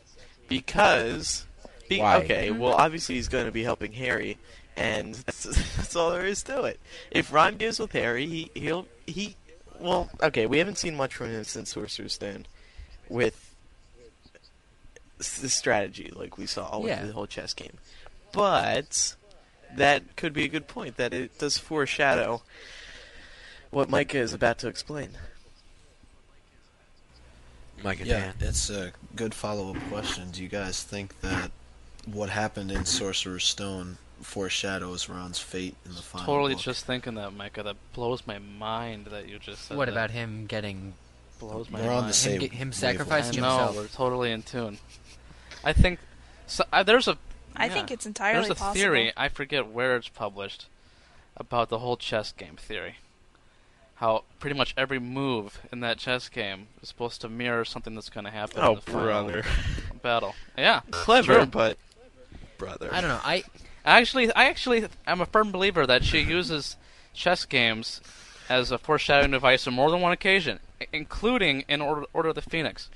Because, be- Why? okay, well, obviously he's going to be helping Harry, and (laughs) that's, that's all there is to it. If Ron gives with Harry, he he'll he. Well, okay, we haven't seen much from him since Sorcerer's Stone, with s- the strategy like we saw with Yeah. the whole chess game, but that could be a good point that it does foreshadow what Micah is about to explain. Mike and Yeah, Dan. it's a good follow up question. Do you guys think that what happened in Sorcerer's Stone foreshadows Ron's fate in the final? Totally book? just thinking that, Micah. That blows my mind that you just said What that. about him getting Blows my We're on the mind. same. Him get- him wavelength. sacrificing I know, himself. we're totally in tune. I think so, I, there's a I yeah. think it's entirely There's a possible. theory, I forget where it's published, about the whole chess game theory. How pretty much every move in that chess game is supposed to mirror something that's going to happen in Oh, the final brother. battle. Yeah. Clever, True. but brother. I don't know. I Actually, I actually am a firm believer that she uses chess games as a foreshadowing device on more than one occasion, i- including in Order, Order of the Phoenix.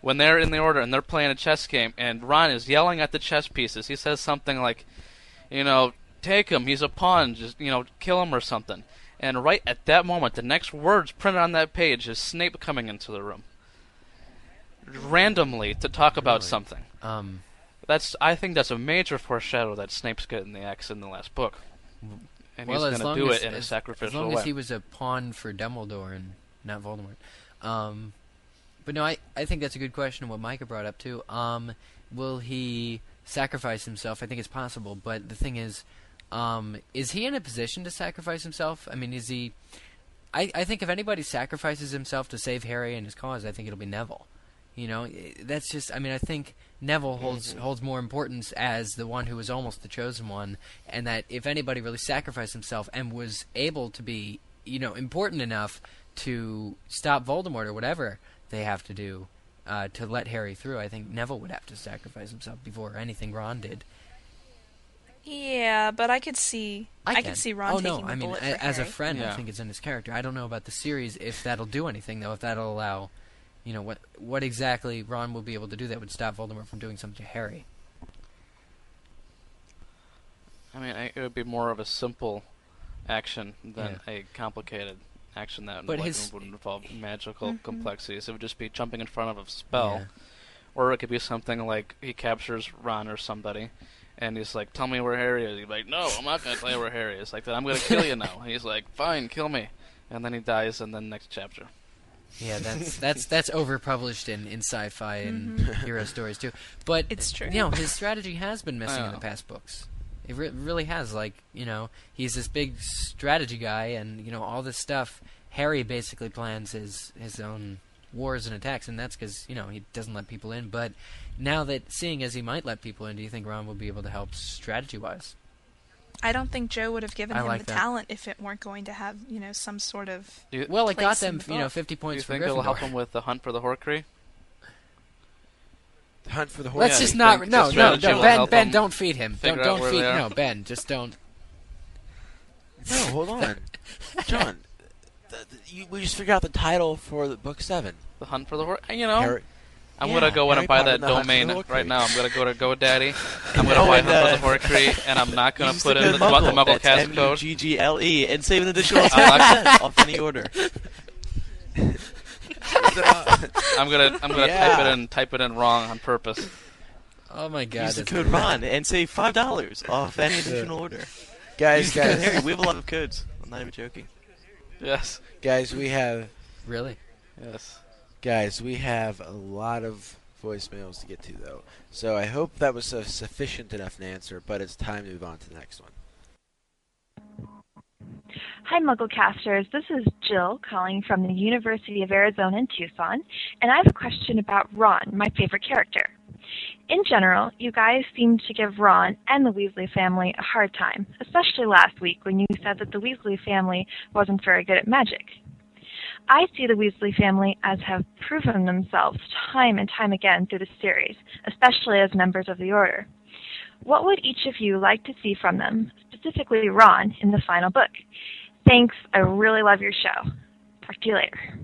When they're in the order and they're playing a chess game, and Ron is yelling at the chess pieces, he says something like, you know, take him, he's a pawn, just, you know, kill him or something. And right at that moment, the next words printed on that page is Snape coming into the room. Randomly to talk about something. um That's I think that's a major foreshadow that Snape's getting the axe in the last book, and well he's as going long to do as it in as, a sacrificial as long way. as he was a pawn for Dumbledore and not Voldemort. Um, but no, I I think that's a good question. What Micah brought up too. Um, will he sacrifice himself? I think it's possible, but the thing is, um, is he in a position to sacrifice himself? I mean, is he? I, I think if anybody sacrifices himself to save Harry and his cause, I think it'll be Neville. You know, i- that's just. I mean, I think Neville holds holds more importance as the one who was almost the chosen one, and that if anybody really sacrificed himself and was able to be, you know, important enough to stop Voldemort or whatever they have to do uh, to let Harry through, I think Neville would have to sacrifice himself before anything Ron did. Yeah, but I could see I, can. could see Ron oh, taking no, the I mean, bullet a- for as Harry. a friend, I Yeah. think it's in his character. I don't know about the series if that'll do anything though. If that'll allow, you know, what what exactly Ron will be able to do that would stop Voldemort from doing something to Harry. I mean, I, it would be more of a simple action than a complicated action that But like, his- would involve magical Mm-hmm. complexities. It would just be jumping in front of a spell, Yeah. or it could be something like he captures Ron or somebody. And he's like, "Tell me where Harry is." He's like, "No, I'm not gonna tell you where Harry is." Like, "Then I'm gonna kill you now." And he's like, "Fine, kill me." And then he dies, and then next chapter. (laughs) Yeah, that's that's that's overpublished in in sci-fi and hero stories too. But Mm-hmm. It's true. You know, his strategy has been missing in Oh. the past books. It re- really has. Like, you know, he's this big strategy guy, and you know all this stuff. Harry basically plans his his own wars and attacks, and that's because you know he doesn't let people in. But now that seeing as he might let people in, do you think Ron will be able to help strategy wise? I don't think Joe would have given I him like the that. talent if it weren't going to have, you know, some sort of Do you, Well, it got Place in them, the you know, book. fifty do points you for think it'll help Gryffindor. him with the hunt for the Horcrux? Hunt for the horse. Let's Yeah, just you not. think No, the no, strategy no. will Ben, help Ben, them don't feed him. Don't, figure out don't where feed. they are? No, Ben, just don't. No, hold (laughs) on, John. th- th- you- we just figured out the title for the book seven. The Hunt for the Horse. You know, Harry- I'm yeah, gonna go in Harry and buy Potter that and the Hunt for the domain Horcrux. right now. I'm gonna go to (laughs) GoDaddy. I'm gonna Oh, buy and, Hunt uh, for the Horcrux, and I'm not gonna (laughs) Use put in the, code what the Muggle That's Cast code. M-U-G-G-L-E, E, and save an additional I like (laughs) 5% off any (laughs) order. I'm gonna I'm gonna Yeah. type it in type it in wrong on purpose. (laughs) Oh my god. Use the that's code great. Ron and save five dollars off any additional order. Guys, Use the code guys, Harry. We have a lot of codes. I'm not even joking. Yes. guys, we have Really? Yes. Guys, we have a lot of voicemails to get to, though. So I hope that was a sufficient enough an answer, but it's time to move on to the next one. Hi, Mugglecasters. This is Jill calling from the University of Arizona in Tucson, and I have a question about Ron, my favorite character. In general, you guys seem to give Ron and the Weasley family a hard time, especially last week when you said that the Weasley family wasn't very good at magic. I see the Weasley family as have proven themselves time and time again through the series, especially as members of the Order. What would each of you like to see from them, specifically Ron, in the final book? Thanks. I really love your show. Talk to you later.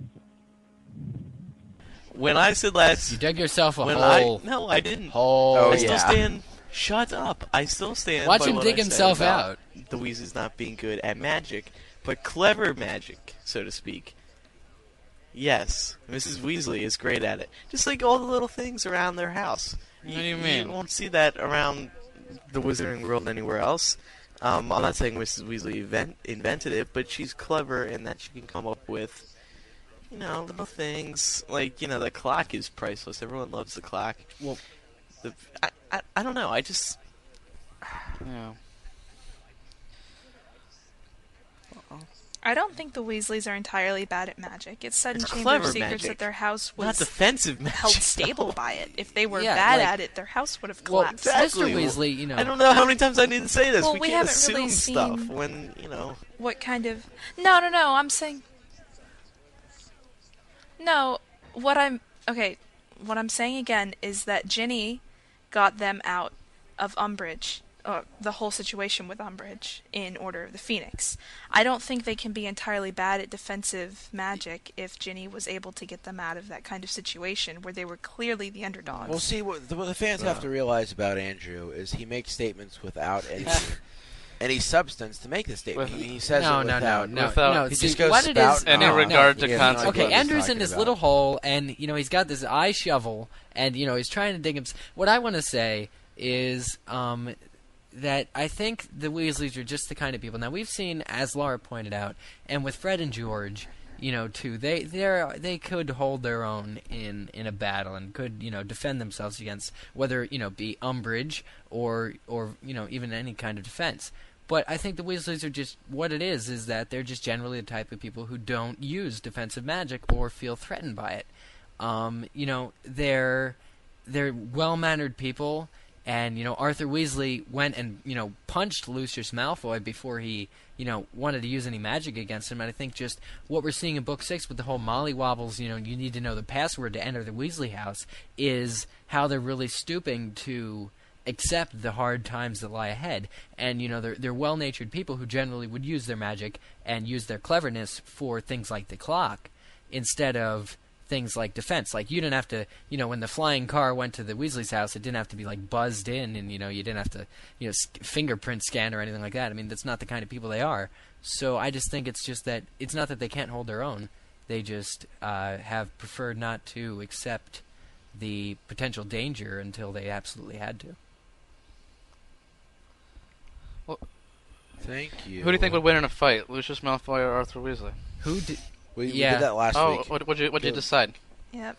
When I said You last, dug yourself a when hole. I no, I didn't. Hole. Oh, I still yeah. stand. Shut up! I still stand. Watch by him what dig I said himself about out. The Weasley's not being good at magic, but clever magic, so to speak. Yes, Mrs. Weasley is great at it. Just like all the little things around their house. What do you mean? You won't see that around the Wizarding World anywhere else. Um, I'm not saying Mrs. Weasley invent- invented it, but she's clever in that she can come up with, you know, little things like you know the clock is priceless. Everyone loves the clock. Well, the, I, I I don't know. I just Yeah. I don't think the Weasleys are entirely bad at magic. It said in It's Chamber of clever Secrets magic. that their house not was defensive (laughs) magic. held stable by it. If they were Yeah, bad like- at it, their house would have Well, collapsed. Exactly. Mr. Weasley, you know. I don't know how many times I need to say this. Well, we we can't haven't assume really stuff seen- when you know. What kind of? No, no, no. I'm saying. No, what I'm okay. What I'm saying again is that Ginny got them out of Umbridge, uh, the whole situation with Umbridge in Order of the Phoenix. I don't think they can be entirely bad at defensive magic if Ginny was able to get them out of that kind of situation where they were clearly the underdogs. Well, see, what the, what the fans have to realize about Andrew is he makes statements (laughs) without any any substance to make the statement. With- He, he says no, it no, without. no, no, without- no. He see, just goes what it is, spout Any no, on. regard to He has no idea consequences. what Okay, he's Andrew's in talking this about. little hole, and you know he's got this eye shovel, and you know he's trying to dig him. What I want to say is um, that I think the Weasleys are just the kind of people. Now we've seen, as Laura pointed out, and with Fred and George, you know, too, they they they could hold their own in in a battle and could you know defend themselves against whether you know be umbrage or or you know even any kind of defense. But I think the Weasleys are just what it is is that they're just generally the type of people who don't use defensive magic or feel threatened by it. Um, you know, they're they're well-mannered people and you know Arthur Weasley went and you know punched Lucius Malfoy before he you know wanted to use any magic against him and I think just what we're seeing in book 6 with the whole Molly Wobbles you know you need to know the password to enter the Weasley house is how they're really stooping to accept the hard times that lie ahead. And you know, they're they're well-natured people who generally would use their magic and use their cleverness for things like the clock instead of things like defense. Like you didn't have to, you know, when the flying car went to the Weasley's house, it didn't have to be like buzzed in, and you know, you didn't have to, you know, sc- fingerprint scan or anything like that. I mean, that's not the kind of people they are. So I just think it's just that it's not that they can't hold their own. They just uh, have preferred not to accept the potential danger until they absolutely had to. Thank you. Who do you think would win in a fight, Lucius Malfoy or Arthur Weasley? Who did? We, we Yeah. did that last oh, week. what would you what you Good. decide? Yep.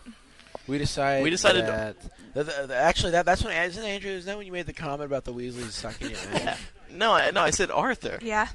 We decided. We decided- that. that- that- actually, that that's when isn't it, Andrew? Isn't that when you made the comment about the Weasleys sucking your man? No, I, no, I said Arthur. Yeah.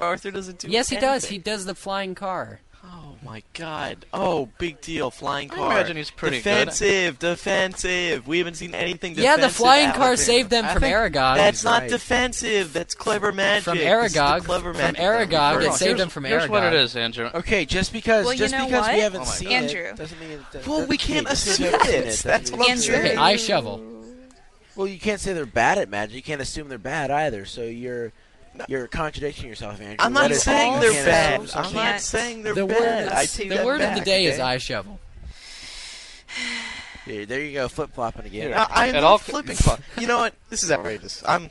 Arthur doesn't do. Yes, he does. He anything. does the flying car. Oh my God! Oh, big deal! Flying I car. imagine he's pretty good. defensive, defensive. We haven't seen anything defensive. yeah, the flying out car of him. saved them I from think Aragog. That's he's not right. defensive. That's clever magic. From This is the Aragog- Clever from magic that we've Aragog, heard. it Here's- saved him from Here's what Aragog. it is, Andrew. Okay, just because Well, you just know because we what? haven't Oh my seen God. Andrew. it doesn't mean it does, Well, we can't assume this. That's what I'm Andrew. Okay, Hey. eye shovel. Well, you can't say they're bad at magic. You can't assume they're bad either. So you're you're contradicting yourself, Andrew. I'm What not is- saying you they're can't bad. assume I'm something. not Can't. saying they're The bad. word, I take the that word of back, the day is okay? eye shovel. Yeah, there you go, flip flopping again. Here. I, I'm At not all- (laughs) flipping. fuck. (laughs) You know what? This is outrageous. I'm.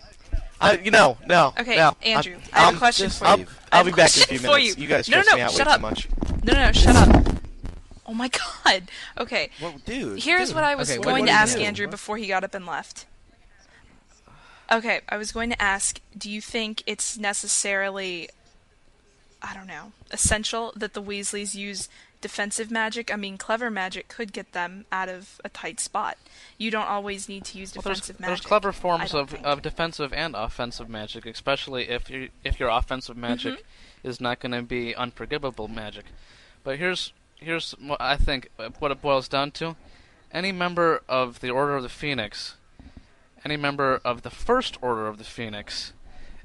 I, you know, no. Okay, no, Andrew, I'm, I have a I'm- question just for you. leave. I I'll have be a back in a question few for minutes. you. You guys No, no, stress no, me out shut way up. too much. No, no, shut up. Oh my (laughs) God. Okay. Well, dude. Here's dude. what I was Okay, what- going what to do you ask do? Andrew What- before he got up and left. Okay, I was going to ask do you think it's necessarily, I don't know, essential that the Weasleys use defensive magic? I mean, clever magic could get them out of a tight spot. You don't always need to use Well, there's, defensive there's magic. clever I forms don't of, think. of defensive and offensive magic, especially if you if your offensive magic Mm-hmm. is not going to be unforgivable magic. But here's here's what I think uh, what it boils down to: any member of the Order of the Phoenix, any member of the First Order of the Phoenix,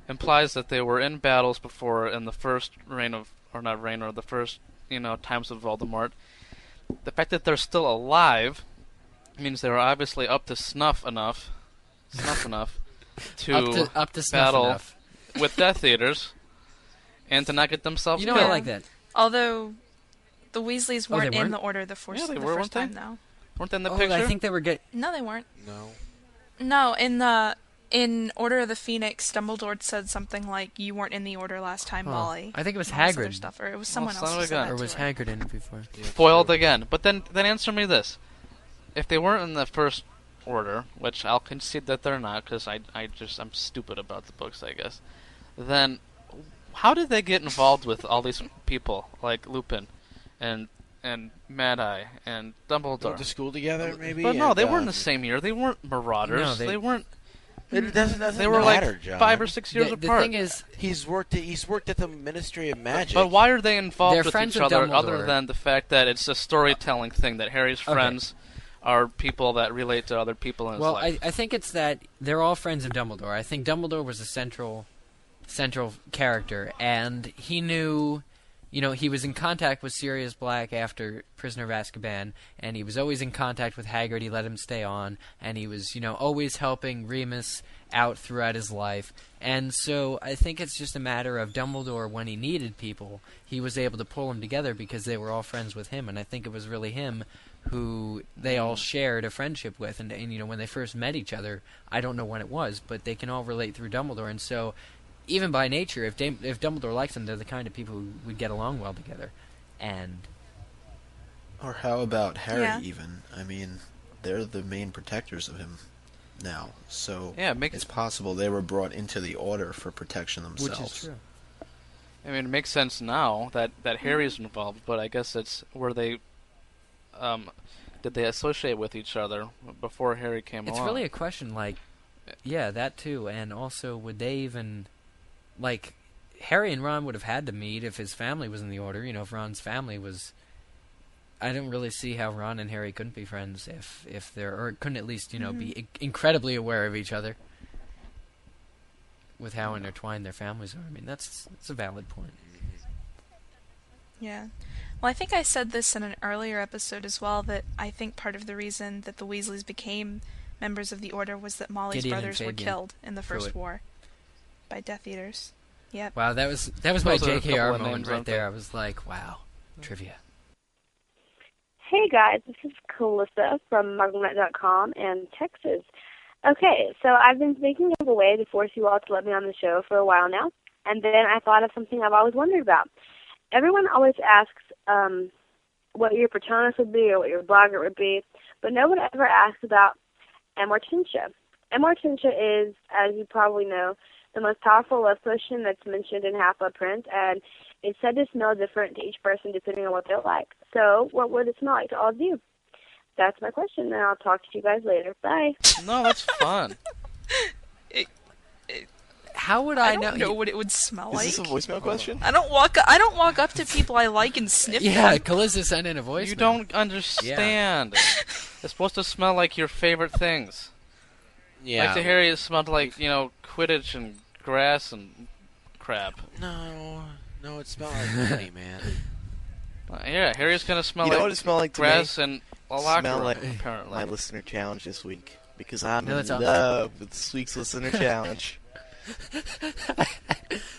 implies that they were in battles before in the first reign of or not reign or the first you know times of Voldemort. The fact that they're still alive means they were obviously up to snuff enough snuff (laughs) enough to, up to up to snuff battle enough. with Death Eaters and to not get themselves You know, I killed. like that. Although the Weasleys Oh, they weren't, in weren't? the order the first, Yeah, they the were, first time, weren't they? though. Weren't they in the oh, picture? I think they were good. No, they weren't. No. No, in the in Order of the Phoenix, Dumbledore said something like, "You weren't in the order last time, Huh. Molly." I think it was and all this other Hagrid. stuff, or it was someone Oh, son else. of who a said gun. that Or to was her. Hagrid in it before? Foiled again. But then, then answer me this: if they weren't in the first order, which I'll concede that they're not, because I, I just I'm stupid about the books, I guess. Then, how did they get involved with all these people like Lupin, and and Mad Eye and Go Dumbledore? to school together, maybe. but no, and, they weren't um, the same year. They weren't marauders. No, they- they, weren't. It doesn't, doesn't They were matter, like John. five or six years The, the apart. thing is, He's worked. At, he's worked at the Ministry of Magic. But why are they They're involved with friends each with other Dumbledore. other than the fact that it's a storytelling thing that Harry's Okay. friends are people that relate to other people in his well, I, life? I think it's that they're all friends of Dumbledore. I think Dumbledore was a central central character, and he knew, you know, he was in contact with Sirius Black after Prisoner of Azkaban, and he was always in contact with Hagrid. He let him stay on, and he was, you know, always helping Remus out throughout his life. And so I think it's just a matter of Dumbledore when he needed people, he was able to pull them together because they were all friends with him, and I think it was really him who they all shared a friendship with and, and you know when they first met each other I don't know when it was but they can all relate through Dumbledore and so even by nature, if Dam- if Dumbledore likes them, they're the kind of people who would get along well together. And Or how about Harry? Yeah. Even I mean, they're the main protectors of him now, so yeah, it it's makes possible they were brought into the Order for protection which themselves. is true. Hmm. I mean it makes sense now that that Harry's involved, but I guess it's where they um did they associate with each other before Harry came It's along? really a question, like, yeah, that too, and also would they even, like, Harry and Ron would have had to meet if his family was in the order. You know, if Ron's family was, I don't really see how Ron and Harry couldn't be friends if if they're or couldn't at least you know be in- incredibly aware of each other. With how intertwined their families are, I mean that's that's a valid point. Yeah. Well, I think I said this in an earlier episode as well that I think part of the reason that the Weasleys became members of the Order was that Molly's Gideon and brothers were Fabian killed in the First Pruitt. War by Death Eaters. Yep. Wow, that was that was my Those are a couple JKR of moment names, right aren't there. they? I was like, wow, trivia. Hey guys, this is Calissa from MuggleNet.com and Texas. Okay, so I've been thinking of a way to force you all to let me on the show for a while now, and then I thought of something I've always wondered about. Everyone always asks um, what your Patronus would be or what your blogger would be, but no one ever asks about Amortentia. Amortentia is, as you probably know, the most powerful love potion that's mentioned in Half Blood Prince, and it's said to smell different to each person depending on what they like. So, what would it smell like to all of you? That's my question, and I'll talk to you guys later. Bye. No, that's fun. (laughs) How would I, I, don't know know? what it would smell Is like. this a voicemail question? I don't walk. I don't walk up to people I like and sniff. yeah, them. Calista sent in a voice. you don't understand. it's supposed to smell like your favorite things. Yeah. Like to Harry it smelled like, you know, Quidditch and grass and crap. No, no, it smelled like money, man. Uh, yeah, Harry's gonna smell You know like what it smelled like to me? grass and a locker Smell room, like- apparently. My listener challenge this week because I'm No, in it's all- love with this week's (laughs) listener challenge.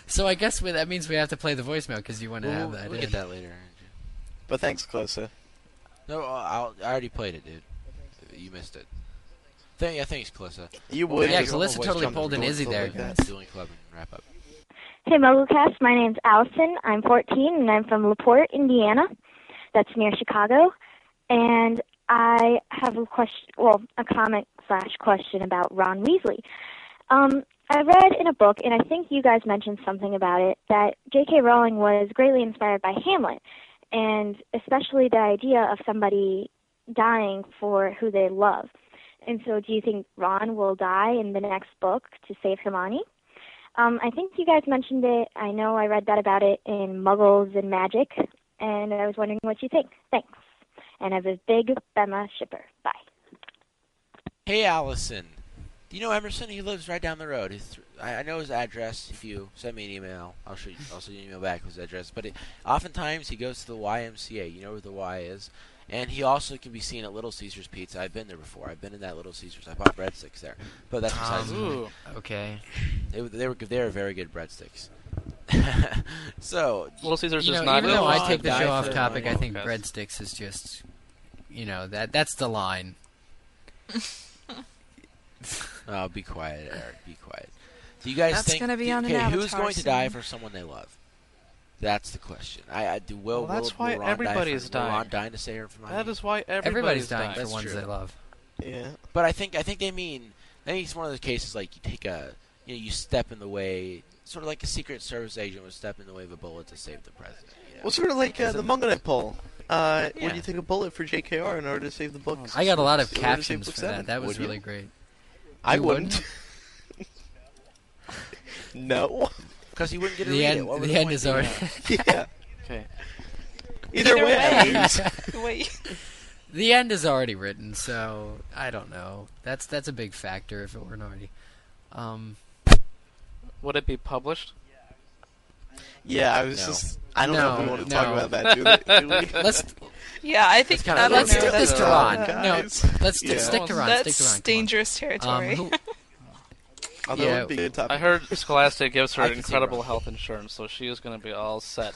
So I guess we, that means we have to play the voicemail because you want to We'll, have that. we'll in. get that later. But thanks, Closa. No, I'll, I already played it, dude. You missed it. Thank, yeah, thanks, Calissa. You would. Yeah, if you were Calissa always totally jumping pulled an doing Izzy stuff there, like that. Dueling club and wrap up. Hey, MoguCast. My name's Allison. I'm 14, and I'm from LaPorte, Indiana. That's near Chicago. And I have a question, well, a comment slash question about Ron Weasley. Um, I read in a book, and I think you guys mentioned something about it, that J.K. Rowling was greatly inspired by Hamlet, and especially the idea of somebody dying for who they love. And so, do you think Ron will die in the next book to save Hermione? Um, I think you guys mentioned it. I know I read that about it in Muggles and Magic, and I was wondering what you think. Thanks. And I'm a big Bema shipper. Bye. Hey, Allison. Do you know Emerson? He lives right down the road. He's th- I I know his address. If you send me an email, I'll show you, I'll send you an email back with his address. But it, oftentimes he goes to the YMCA. You know where the Y is, and he also can be seen at Little Caesars Pizza. I've been there before. I've been in that Little Caesars. I bought breadsticks there, but that's besides the point. Ooh. Okay. They, were- they were they were very good breadsticks. (laughs) so Little Caesars You is know, not. even though We'll I take the die show off for topic, I Hermione. Yes. think breadsticks is just, you know, that that's the line. oh, be quiet, Eric. Be quiet. Do you guys That's think? gonna be do- on an okay, who's Avatar going to die soon. for someone they love? That's the question. I, I do. Will, Well, that's will, why will Ron everybody die for, is Will Ron dying. dying to save her from That is why everybody's, Everybody's dying for That's ones true. they love. Yeah. But I think I think they mean I think it's one of those cases like you take a you know you step in the way, sort of like a Secret Service agent would step in the way of a bullet to save the president. You know? Well, sort of like uh, Is it- the Mungonite poll. Uh, Yeah. Would you take a bullet for JKR in order to save the book? I got a lot of in order to save captions book for seven? that. That was Would you? really great. I You wouldn't. no. (laughs) because he wouldn't get to The read end. it. What would The end is point be? already. (laughs) (laughs) Yeah. Okay. Either, way, I lose. Wait. the end is already written, so I don't know. That's that's a big factor if it weren't already. Um, Would it be published? (laughs) Yeah, I was No. just. I don't know if we No, want to no. talk about (laughs) that, do (laughs) we? Do we? let's Yeah, I think That's kinda I don't let's know. stick That's, this to uh, Ron. guys. No, let's Yeah. stick to Ron. that's stick to Ron. dangerous Come on. territory. Um, who- Although Yeah. it would be a good topic. I heard (laughs) Scholastic gives her I can see incredible Ron. health insurance, so she is going to be all set.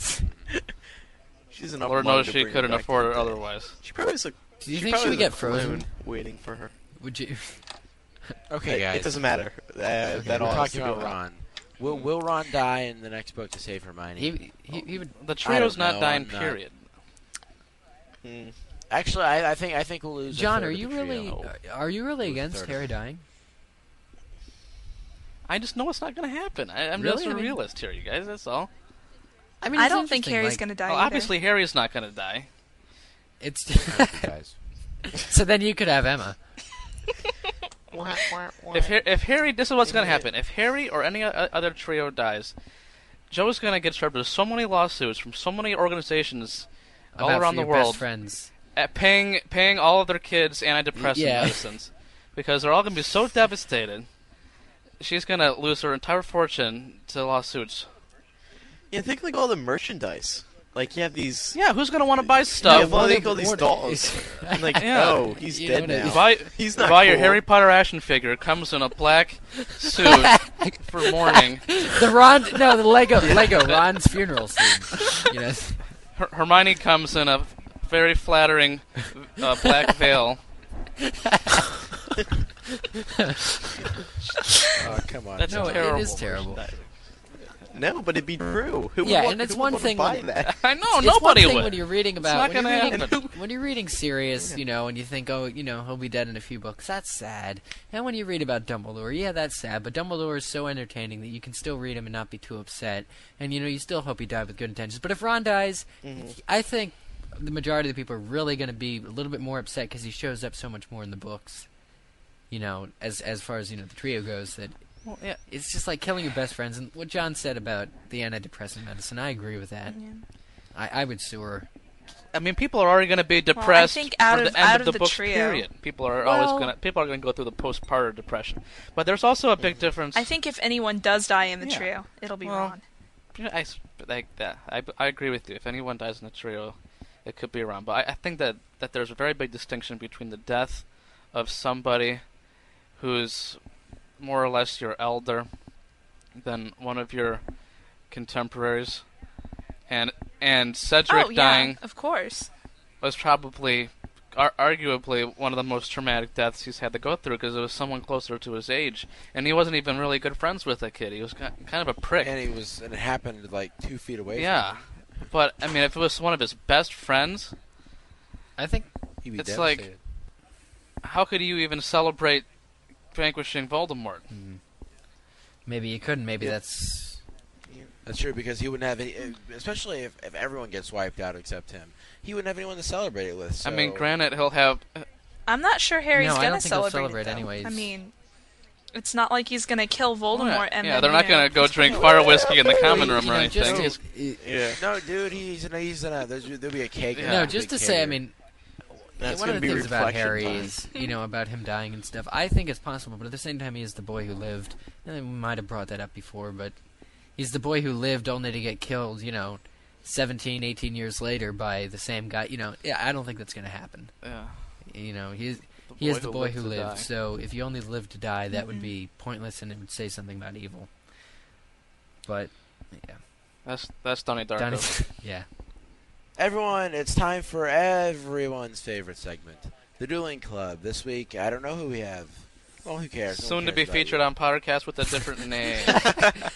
(laughs) She's an Lord knows she couldn't afford it otherwise. She probably is a. do you think she would get frozen? Waiting for her. Would you? Okay, It- guys. It doesn't (laughs) matter. Uh, that We're all has to talking go about Ron. Will Will Ron die in the next book to save Hermione? He, he, he would. The trio's not know, dying. I'm not- period. Mm. Actually, I, I think I think we'll lose. a Hmm. John, third are of you the trio. Oh. really uh, are you really Who's against third? Harry dying? I just know it's not going to happen. I, I'm Really? just a I mean- realist here, you guys. That's all. I mean, I it's don't think interesting, Harry's like, gonna die. Well, either. obviously, Harry's not going to die. It's Okay, guys? (laughs) so then you could have Emma. If Har- if Harry, this is what's going to happen. If Harry or any o- other trio dies, Joe's going to get served with so many lawsuits from so many organizations all about for around the your world, Best friends. at paying paying all of their kids antidepressant Yeah. medicines because they're all going to be so devastated. She's going to lose her entire fortune to lawsuits. Yeah, think like all the merchandise. Like you have these. Yeah, who's going to want to buy You stuff? have all, like, all these (laughs) What- dolls. And, like, (laughs) Yeah. oh, he's You dead know what now. it Buy, (laughs) He's not buy your cool. Harry Potter action figure. It Comes in a (laughs) black suit for mourning. The Ron, no, the Lego, Lego Ron's funeral scene. You know, Her- Hermione comes in a very flattering uh, (laughs) black veil. Oh, come on. That's no, it- terrible. it is terrible. No, but it'd be true. Who would Yeah, want- and it's who would one want to thing Buy when- (laughs) that. I know it's one nobody thing would. when you're reading not about when gonna you're reading, happen. (laughs) when you're reading Sirius, you know, and you think, oh, you know, he'll be dead in a few books. That's sad. And when you read about Dumbledore, yeah, that's sad. But Dumbledore is so entertaining that you can still read him and not be too upset. And you know, you still hope he died with good intentions. But if Ron dies, Mm-hmm. I think the majority of the people are really going to be a little bit more upset because he shows up so much more in the books. You know, as as far as you know, the trio goes, that Well, yeah, it's just like killing your best friends. And what John said about the antidepressant medicine, I agree with that. I, I would sue her. I mean, people are already going to be depressed think out for of- the end out of of the, the book. trio. Period. People are Well- always going to people are going to go through the postpartum depression. But there's also a big (laughs) difference. I think if anyone does die in the Yeah. trio, it'll be Well, Ron. I s- like that. I, I agree with you. If anyone dies in a trio, it could be around. But I, I think that that there's a very big distinction between the death of somebody who's more or less your elder than one of your contemporaries, and and Cedric oh yeah, dying of course. was probably ar- arguably one of the most traumatic deaths he's had to go through because it was someone closer to his age, and he wasn't even really good friends with the kid. He was ki- kind of a prick. And he was, and it happened like two feet away. Yeah, but I mean, if it was one of his best friends, I think from him. He'd be It's like- devastated. how could you even celebrate vanquishing Voldemort. Hmm. Maybe you couldn't. Maybe that's That's true because he wouldn't have any, eh, especially if, if everyone gets wiped out except him. He wouldn't have anyone to celebrate it with. I mean, so- granted, he'll have. I'm not sure Harry's No, I gonna don't think he'll celebrate, celebrate it, though. anyways. I mean, it's not like he's gonna kill Voldemort and yeah, then, they're not you know, gonna go drink fire whiskey in the common You room or know, just anything. to- it- Yeah. No, dude, he's in a, he's in a, there's, there'll be a cake. Yeah. there, no, a just to big say, caterer. I mean, That's one gonna of the be things about reflection Harry time. is, you know, about him dying and stuff. I think it's possible, but at the same time, he is the boy who lived. And we might have brought that up before, but he's the boy who lived only to get killed, you know, 17, 18 years later by the same guy. You know, yeah, I don't think that's going to happen. Yeah. You know, he's. The He is the boy lived who to lived, die. so if you only lived to die, that would be pointless and it would say something about evil. But, yeah. That's that's Donnie Darko. Donnie, (laughs) (laughs) yeah. Everyone, it's time for everyone's favorite segment, the Dueling Club. This week, I don't know who we have. Well, who cares? No one Soon to be cares about featured you. on Podcast with a different name. (laughs)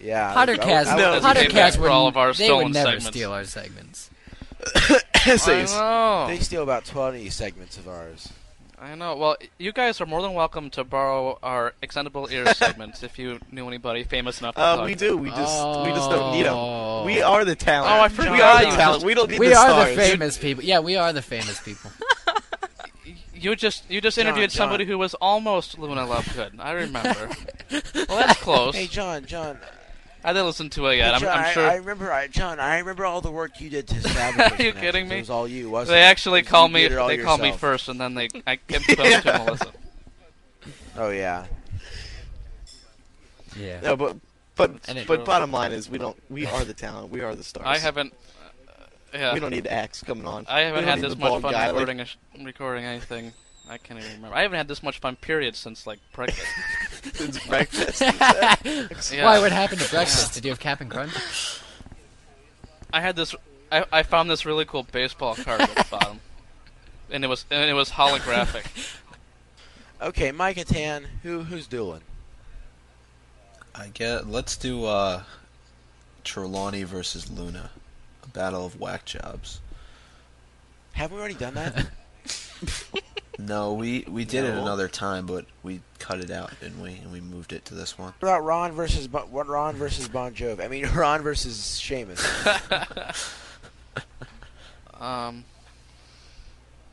Yeah, Pottercast, I would- I would- Pottercast Pottercast for would, all of our they stolen would never segments. steal our segments. I Essays. (laughs) They know. steal about twenty segments of ours. I know. Well, you guys are more than welcome to borrow our extendable ears segments if you knew anybody famous enough to Uh, talk. we do. We just we just don't need Oh. them. We are the talent. Oh, I We forgot are you the talent. just- We don't need we the are stars. the famous people. Yeah, we are the (laughs) famous people. You just you just John, interviewed somebody John. who was almost Luna Lovegood. I (laughs) (laughs) remember. well, that's close. Hey, John, John, I didn't listen to it yet. Oh, I'm, John, I'm I- (laughs) sure I, remember, I, John. I remember all the work you did to (laughs) establish. Are those you kidding connections. me? It was all you, wasn't they it? actually You call me. did it all They call me yourself. first, and then they (laughs) I kept going to Melissa. Oh yeah. yeah. No, but but And it- but bottom line is we don't. We are the talent. We are the stars. I haven't. Uh, yeah. We don't need acts coming on. I haven't We don't had need this the much bald fun guy, like- recording a sh- recording anything. I can't even remember. I haven't had this much fun period since like pregnant. (laughs) It's breakfast. Yeah. (laughs) Why? What happened to breakfast? Did you have Cap'n Crunch? I had this. I, I found this really cool baseball card at the bottom, and it was and it was holographic. Okay, Mike and Tan, who who's dueling? I get. Let's do uh, Trelawney versus Luna, a battle of whack jobs. Have we already (laughs) done that? No, we we did it No. another time, but we cut it out, didn't we? And we moved it to this one. What about Ron versus Bon- what Ron versus Bon Jovi? I mean, (laughs) Ron versus Sheamus. (laughs) Um,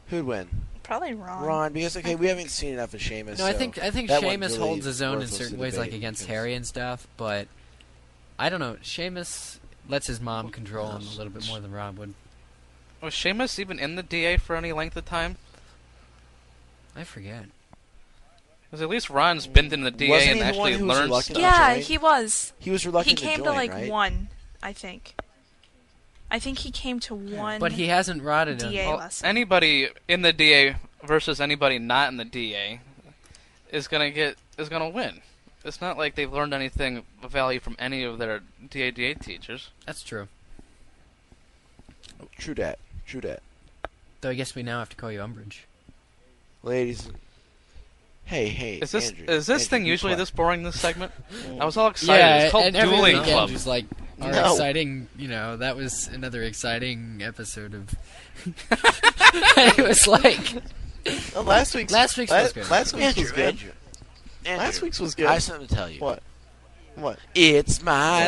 Who'd win? probably Ron. Ron, because okay, we haven't seen enough of Sheamus. No, I so think I think that one's Seamus really holds his own in worthless certain to ways, like debate against because- Harry and stuff. But I don't know. Seamus lets his mom control him a little bit more than Ron would. was Seamus even in the DA for any length of time? I forget. Because at least Ron's been in the DA Wasn't and he the one actually who was learned reluctant? stuff. Yeah, right? he was. He was reluctant he came to to, join, like right? one, I think. I think he came to one. But he hasn't rotted him. DA Well, lesson. anybody in the DA versus anybody not in the DA is gonna get is gonna win. It's not like they've learned anything of value from any of their DA DA teachers. That's true. Oh, True dat. True dat. Though I guess we now have to call you Umbridge. Ladies. and- Hey, hey. Is this Andrew, is this Andrew, thing be usually quiet. this boring? This segment? I was all excited. it's called and everyone Dueling at the end Club. was like, our No. exciting, you know, that was another exciting episode of. (laughs) it was like, No, last week's Last week's la- was good. Last week's Andrew, was good. Andrew, Andrew. Last week's was I good. have something to tell you. What? What? It's my Now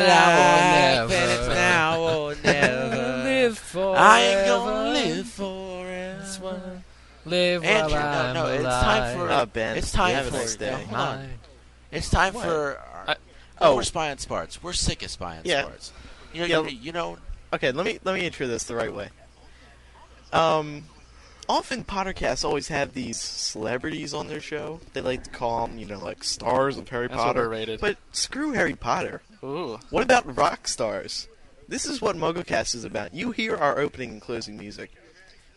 or life, and it's never. now (laughs) or never. live for. I ain't gonna live forever. Live while Andrew, no, I'm no, it's alive. time for Oh, Ben, It's time you have a for nice no, day. hold on. It's time for. Our, I- oh, Oh. we're spying sparts. We're sick of spying Yeah. sparts. You know, Yeah, you, you know, Okay, let me let me intro this the right way. Um, often Pottercasts always have these celebrities on their show. They like to call them, you know, like stars of Harry That's Potter. overrated. But screw Harry Potter. Ooh, What about rock stars? This is what MogoCast is about. You hear our opening and closing music.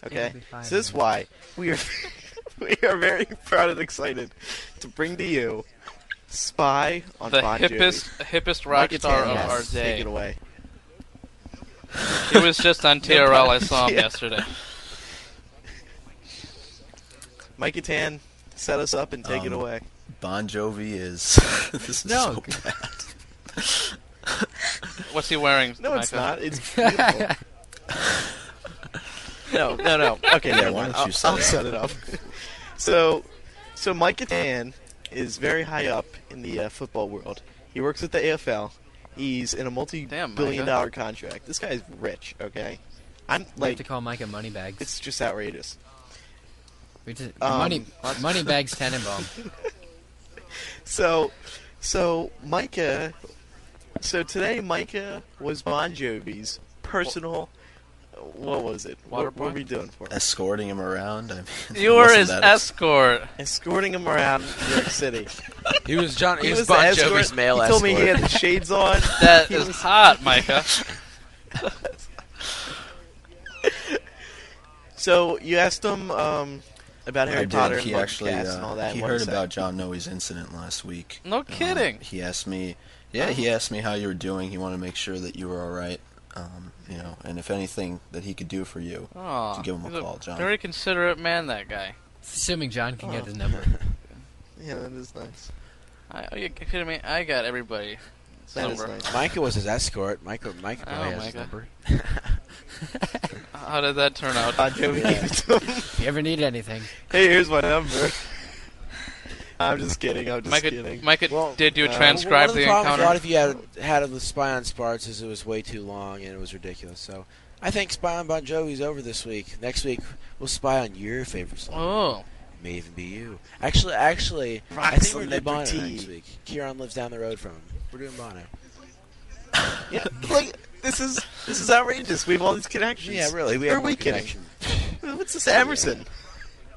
Okay? It'll be fine, So this is why we are (laughs) we are very proud and excited to bring to you Spy on the Bon Jovi. hippest hippest rock Mike Attano, star of yes, our Take day. it away. He was just on TRL. I saw him Yeah. yesterday. Mike Tan, set us up and take it Um, away. Bon Jovi is. (laughs) this is No. so bad. What's he wearing? No, it's Micah? not. It's (laughs) beautiful. no, no, no. Okay, never why mind. don't you I'll, set I'll it up? set it up. so, So Mike Catan is very high up in the uh, football world. He works with the AFL. He's in a multi-billion Micah. dollar contract. This guy's rich. Okay, I'm we have to like, call Micah Moneybags. it's just outrageous. We just- um, money, Moneybags Tenenbaum. (laughs) So, so Micah, so today Micah was Bon Jovi's personal. What was it? Water (laughs) What, what boy? were we doing for? him? Escorting him around. (laughs) I mean, You're listen, his that is- escort. Escorting him around New York City. He was John. He, was, the Bon escort. Jovi's male He escort. told me he had the shades on. That He is was- hot, Micah. (laughs) So you asked him um, about I Harry did. Potter and He Buck actually Cass uh, and all that. he What heard is that? about John Noe's incident last week. No Um, kidding. he asked me. Yeah, he asked me how you were doing. He wanted to make sure that you were all right. Um, you know, and if anything that he could do for you. Oh, So give him a he's call, John. Very considerate man, that guy. (laughs) Assuming John can get Oh. his number. Yeah, that is nice. I, are you kidding me? I got everybody. That is Number. nice. Micah was his escort. Micah, Micah Oh, probably has his Micah. number. (laughs) How did that turn out? Bon Jovi gave (laughs) it to (laughs) him. If you ever need anything, Hey, here's my number. I'm just kidding. I'm just Micah, kidding. Micah did you uh, transcribe One of the, the, problems encounter? a lot of you had had of the Spy on Sparts is it was way too long and it was ridiculous. So I think Spy on Bon Jovi's over this week. Next week we'll spy on your favorite song. oh, It may even be you. Actually, actually, Rock I think we're doing Bono celebrity. next week. Kieran lives down the road from him. We're doing Bono. Yeah, like this is this is outrageous. We have all these connections. Yeah, really. We Or have we no can- connection. (laughs) What's this Emerson?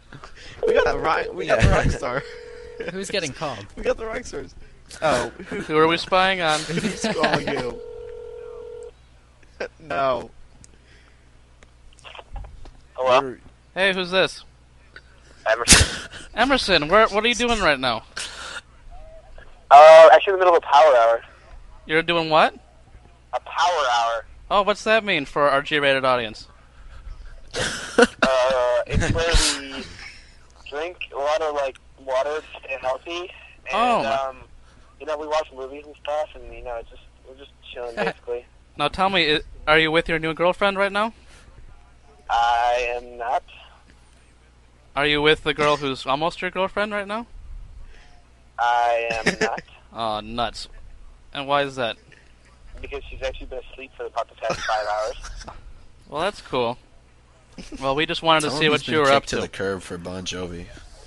(laughs) We got a rock. We got the Yeah. rock (laughs) star. who's getting called? (laughs) We got the rock stars. Oh, who are we spying on? (laughs) who's (laughs) calling you? no. Hello. hey, who's this? Emerson. Emerson, where, what are you doing right now? Uh, actually, in the middle of a power hour. You're doing what? A power hour. Oh, what's that mean for our G-rated audience? Uh, it's where (laughs) we drink a lot of like water to stay healthy, and Oh, my- um, you know we watch movies and stuff, and you know it's just we're just (laughs) chilling basically. Now tell me, i- are you with your new girlfriend right now? I am not. Are you with the girl (laughs) who's almost your girlfriend right now? I (laughs) am not Oh, nuts. And why is that? because she's actually been asleep for about the past five hours. Well, that's cool. Well, we just wanted to Tell him see he's what been you were up kicked to. the curb for Bon Jovi.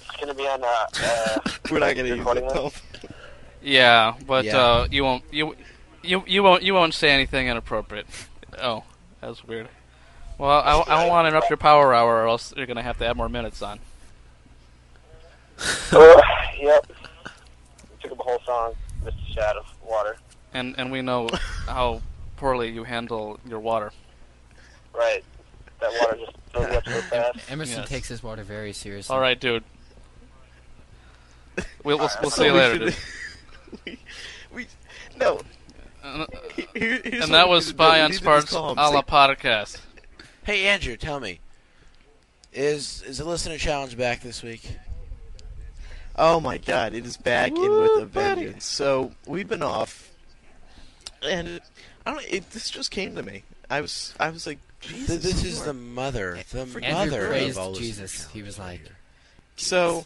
It's gonna be on. Uh, uh, We're not gonna use Recording it. though. (laughs) Yeah, but Yeah. Uh, you won't you you you won't you won't say anything inappropriate. Oh, that's weird. Well, I, I don't want to interrupt your power hour, or else you're gonna have to add more minutes on. oh, yep. Took up a whole song, just a shot of water. And and we (laughs) know how poorly you handle your water. Right. That water just fills you up so (laughs) fast. Emerson Yes. takes his water very seriously. All right, dude. We'll we'll, (laughs) we'll see So you we later, should- dude. (laughs) we, we, no. And, he- here- here's and what that we was should do. Spy We on need to just Sparks a call him. la Say- podcast. Hey Andrew, tell me, is is the listener challenge back this week? Oh my god, it is back in with a vengeance. So we've been off, and I don't. It, this just came to me. I was, I was like, Th- Jesus. Eh, this is Lord. the mother, the Andrew mother Andrew of praised all listener Jesus. challenges He was right like, here. So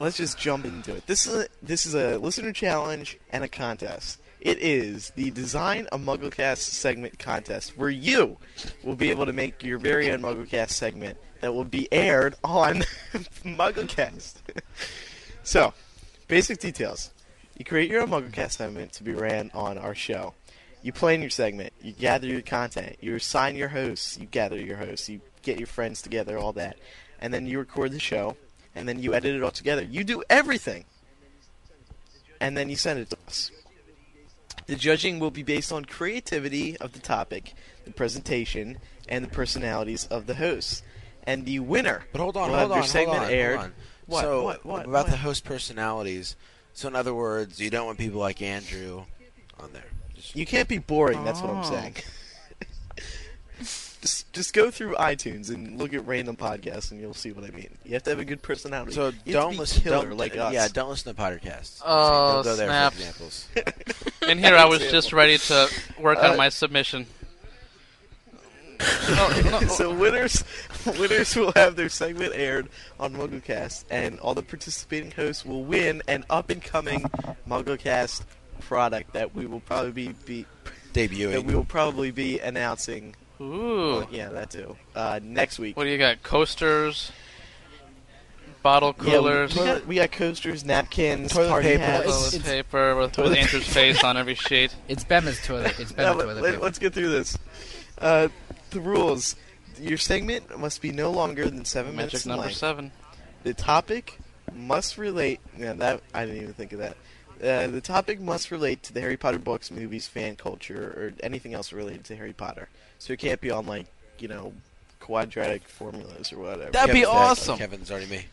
let's just jump into it. This is a, this is a listener challenge and a contest. It is the Design a MuggleCast segment contest, where you will be able to make your very own MuggleCast segment that will be aired on (laughs) MuggleCast. (laughs) so, basic details: you create your own MuggleCast segment to be ran on our show. You plan your segment. You gather your content. You assign your hosts. You gather your hosts. You get your friends together, all that. And then you record the show. And then you edit it all together. You do everything. And then you send it to us. The judging will be based on creativity of the topic, the presentation, and the personalities of the hosts. And the winner. But hold on, will hold have on, your segment hold on, aired. Hold on. What, So what, what, about the what? host personalities. So in other words, you don't want people like Andrew on there. Just- You can't be boring. That's what I'm (laughs) Oh. saying. (laughs) just just go through iTunes and look at random podcasts, and you'll see what I mean. You have to have a good personality. so you have to don't be listen. killer don't, like uh, us. Yeah, don't listen to podcasts. Oh, Don't go there snap. for examples. (laughs) In here, (laughs) I was just ready to work Uh, (laughs) on my submission. No, no, so winners Winners will have their segment aired on MuggleCast, and all the participating hosts will win an up-and-coming MuggleCast product that we will probably be, be debuting. That we will probably be announcing. Ooh. Uh, yeah, that too. Uh, next week. What do you got? Coasters, bottle coolers, Yeah, we, we got, we got coasters, napkins, toilet party paper, hats. toilet paper with, with Andrew's face on every (laughs) sheet. It's Bema's toilet. It's Now, let, us get through this. Uh, the rules. Your segment must be no longer than seven Magic minutes. in number length. seven. The topic must relate. Yeah, that I didn't even think of that. Uh, the topic must relate to the Harry Potter books, movies, fan culture, or anything else related to Harry Potter. So it can't be on like you know quadratic formulas or whatever. Kevin's next. Kevin's already me.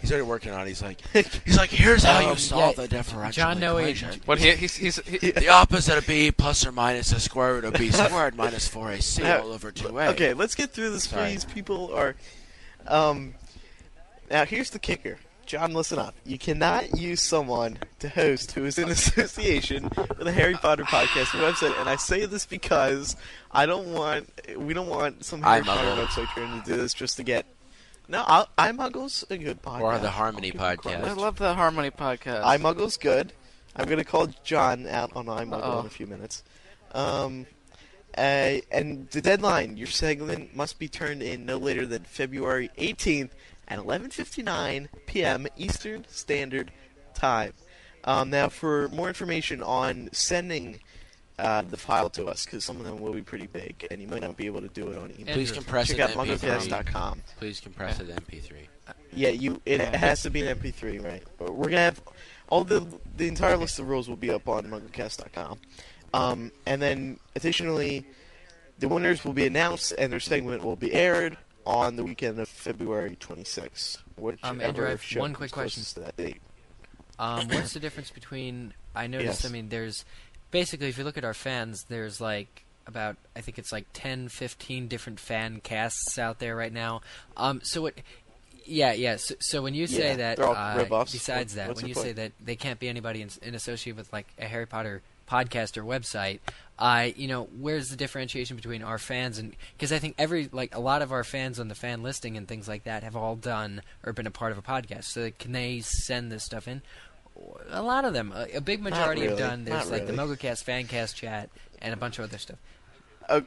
He's already working on. it. He's like, (laughs) he's like, here's how you Um, solve yeah, the differential John Noe- equation. What he, he's, he's he, (laughs) the opposite of b plus or minus the square root of (laughs) b squared minus four ac Now, all over two a. Okay, let's get through this, Sorry. please. People are. Um, now, here's the kicker. John, listen up. You cannot use someone to host who is in association with the Harry Potter podcast website, and I say this because I don't want we don't want some Harry iMuggle. Potter website trying to do this just to get. No, I, iMuggle's a good podcast. Or the Harmony I podcast. love the Harmony podcast. iMuggle's good. I'm gonna call John out on iMuggle Uh-oh. in a few minutes. Um, uh, and the deadline: your segment must be turned in no later than February 18th at 11:59 p.m. Eastern Standard Time. Um, now, for more information on sending uh, the file to us, because some of them will be pretty big, and you might not be able to do it on email. Please compress check it out to MP3. MuggleCast.com. Please compress it to MP3. Yeah, you. It has to be an MP3, right? We're gonna have all the the entire list of rules will be up on MuggleCast.com, um, and then additionally, the winners will be announced and their segment will be aired on the weekend of February 26th. Um, Whichever Andrew, I have show one quick comes closest to that date. Um, what's the difference between? I noticed. Yes. I mean, there's basically if you look at our fans, there's like about I think it's like 10, 15 different fan casts out there right now. Um, so what? Yeah, yeah. So, so when you say Yeah, that, they're all uh, rip-offs. besides What- that, what's when the you point? say that they can't be anybody in, in associated with like a Harry Potter podcast or website, I you know where's the differentiation between our fans and because I think every like a lot of our fans on the fan listing and things like that have all done or been a part of a podcast. So can they send this stuff in? A lot of them, a, a big Not majority have really, done. There's not like the really. MogoCast, FanCast chat, and a bunch of other stuff. Oh,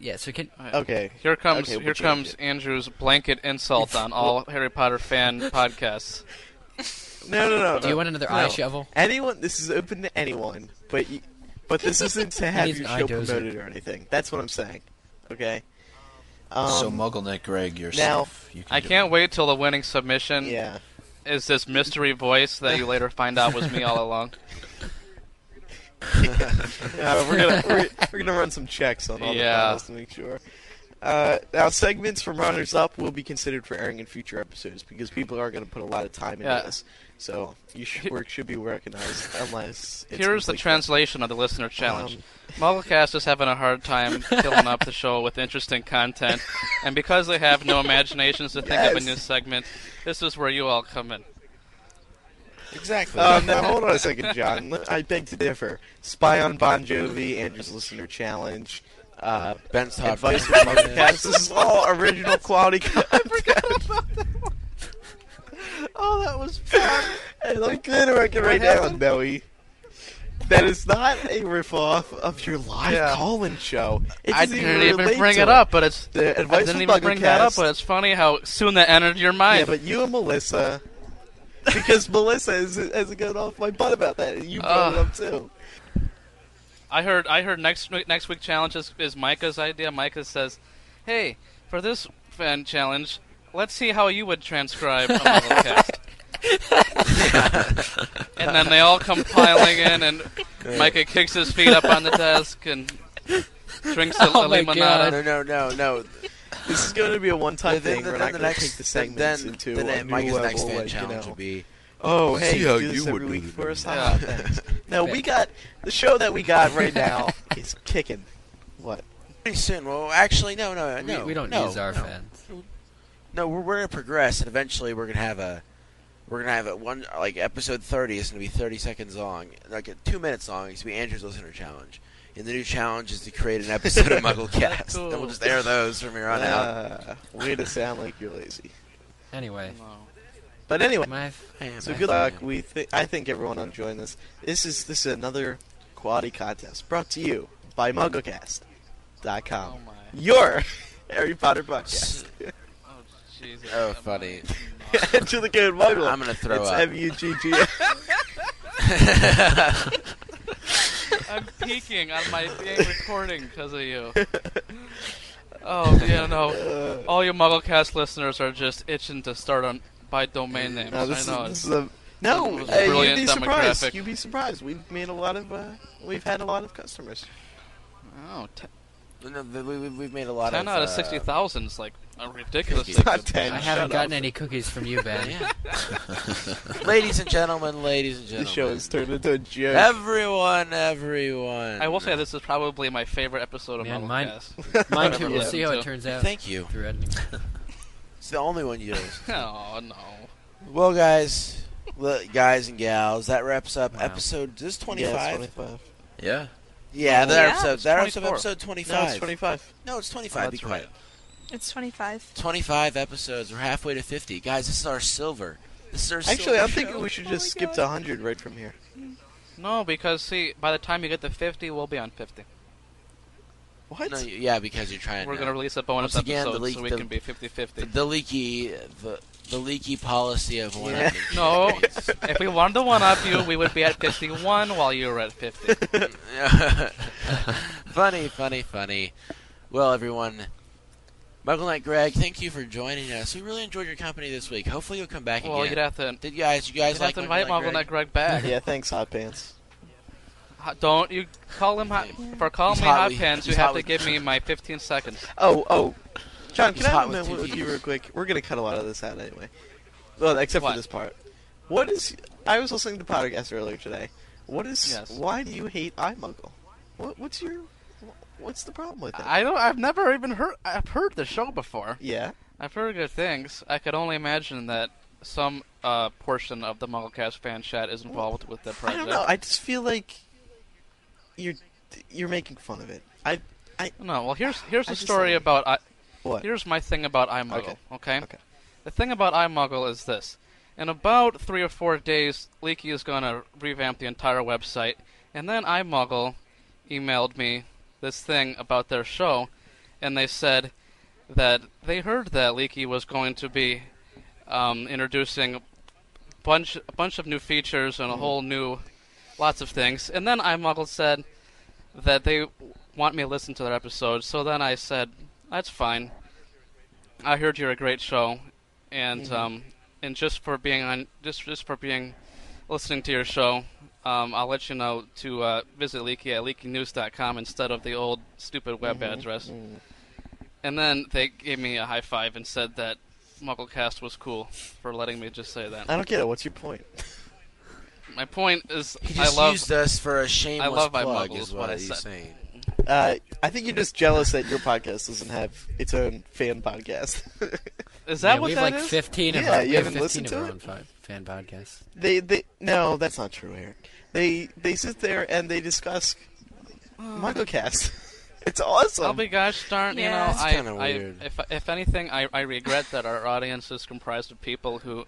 Yeah, so can okay. Here comes Okay, we'll here change comes it. Andrew's blanket insult on all Harry Potter fan podcasts. (laughs) No, no, no. Do you want another eye no. shovel? Anyone. This is open to anyone, but you, but this isn't to have needs your an eye show dozer. promoted or anything. That's what I'm saying. Okay. so Um, MuggleNet Greg now- yourself. you can I do can't wait till the winning submission yeah. is this mystery voice that you later find out was me all (laughs) along. Uh, we're gonna we're, we're gonna run some checks on all Yeah. the panels to make sure. Uh, now segments from runners up will be considered for airing in future episodes because people are going to put a lot of time into Yeah. this, so you should, work should be recognized unless. It's Here's the completely- Um, translation of the listener challenge. Mugglecast is having a hard (laughs) time filling up the show with interesting content, and because they have no imaginations to think of Yes. a new segment, this is where you all come in. Exactly. Um, now hold on a (laughs) second, John. Let- I beg to differ. Spy on Bon Jovi, Andrew's Listener Challenge, uh, Ben's top Advice from Podcast. This is all original (laughs) quality content. Oh, that was (laughs) fun. And I'm gonna write it right now, Noe. That is not a ripoff of your live Yeah. call-in show. It I doesn't didn't even relate bring to it up, but it's. The I advice didn't from even bring that up, Buggercast- but it's funny how soon that entered your mind. yeah, but you and Melissa, because Melissa is, has gone off my butt about that, and you brought it Ugh. up too. I heard. I heard next week- next week challenge is, is Micah's idea. Micah says, "Hey, for this fan challenge, let's see how you would transcribe (laughs) a podcast." (laughs) and then they all come piling in, (laughs) and Micah kicks his feet up on the desk and drinks (laughs) a, (laughs) Oh a my limonada. no, no, no, no. This is going to be a one-time Then, thing. then, We're then not the going next, to take the then, segments then, into then a new Mike's level, next fan like, challenge you know. would be Oh, See hey, how do this you every would week do for (laughs) us. that. Ah, thanks. No, we got the show that we got (laughs) right now is kicking. What? pretty soon. Well, actually, no, no, we, no. we don't no, use our no. fans. No, we're, we're gonna progress, and eventually we're gonna have a We're gonna have it one like episode thirty is gonna be thirty seconds long, like uh, two minutes long. It's gonna be Andrew's listener challenge, and the new challenge is to create an episode (laughs) of MuggleCast. Cool. Then we'll just air those from here on Uh, out. way to sound like you're lazy. Anyway. But anyway, My- so my good phone. luck. We th- I think everyone enjoying this. This is this is another quality contest brought to you by MuggleCast.com. Your (laughs) Harry Potter podcast. Oh, funny. Enter the code Muggle. I'm gonna throw it's up. M U G G. (laughs) (laughs) I'm peeking on my dang recording because of you. Oh, yeah, no. All you MuggleCast listeners are just itching to start on by domain names. No, (laughs) this I know. is, this it's is a, no, it's uh, you'd brilliant be demographic. surprised. You'd be surprised. We've made a lot of. Uh, we've had a lot of (laughs) customers. Oh, t- No, th- we, we- we've made a lot 10 of. out of uh, 60,000 is like a ridiculous. It's not 10, I haven't shut gotten up. any cookies from you, Ben. (laughs) ladies and gentlemen, ladies and gentlemen. This show has turned into a joke. Everyone, everyone. I will say this is probably my favorite episode of Man, MuggleCast. mine- mine I've too. ever We'll listened see how it to. turns out. Thank you. It's the only one you don't. (laughs) Oh, no. Well, guys, li- guys and gals, that wraps up episode. This twenty Yeah, five. it's Oh, 25. Yeah. Yeah, that episode. That episode, episode twenty five. No, it's Oh, 25. No, it's 25. Oh, Be quiet. It's 25. 25 episodes. We're halfway to 50. Guys, this is our silver. This is our Actually, silver I'm thinking show. we should just skip to 100 right from here. No, because see, by the time you get to 50, we'll be on 50. What? No, y- yeah, because you're trying We're to. gonna release a bonus Once again, episode the leak, so we the, can be 50-50. The, the leaky. The, the leaky policy of one Yeah. up and- No, if we wanted to one up you, we would be at 51 while you were at 50. (laughs) funny, funny, funny. Well, everyone, Michael Knight, Greg, thank you for joining us. We really enjoyed your company this week. Hopefully, you'll come back Well, again. you'd have to. Did you guys? You guys you'd have like to invite Michael Marvel Knight, Knight Greg back. yeah, thanks, Hot Pants. Hot- Don't you call him hot, for calling He's me hot hot with- pants? You he's have hot to with- give me my 15 seconds. Oh, oh. John, He's can I hot know with what- two with you Ts. real quick? We're going to cut a lot of this out anyway. Well, except What? for this part. What is. I was listening to podcast earlier today. What is. Yes. Why do you hate iMuggle? What, what's your. What's the problem with it? I don't. I've never even heard. I've heard the show before. Yeah. I've heard good things. I could only imagine that some uh, portion of the MuggleCast fan chat is involved with the I project. don't know. I just feel like you're you're making fun of it. I I no. Well, here's here's I the just story don't- about I. What? Here's my thing about iMuggle. Okay. Okay. Okay. The thing about iMuggle is this: in about three or four days, Leaky is gonna revamp the entire website, and then iMuggle emailed me this thing about their show, and they said that they heard that Leaky was going to be um, introducing bunch a bunch of new features and a whole new lots of things. And then iMuggle said that they want me to listen to their episode. So then I said, "That's fine. I heard you're a great show, and Mm-hmm. Mhm. um, and just for being on just just for being listening to your show." Um, I'll let you know to uh, visit Leaky at leakynews.com instead of the old stupid web Mm-hmm. Mhm, address. And then they gave me a high five and said that MuggleCast was cool for letting me just say that. I don't get it. What's your point? My point is, He I just love used us for a I shameless love plug, iMuggles, is what what I he's said. saying. Uh, I think you're just jealous that your podcast doesn't have its own fan podcast. Is Yeah, we have like 15 of yeah, our, you we have haven't 15 listened of to our it? own fi- fan podcasts. They they no, that's not true, Eric. They they sit there and they discuss MuggleCast. (laughs) It's awesome. I'll be gosh darn, Yeah. That's you kinda know, I, weird. I if if anything, I, I regret that our audience is comprised of people who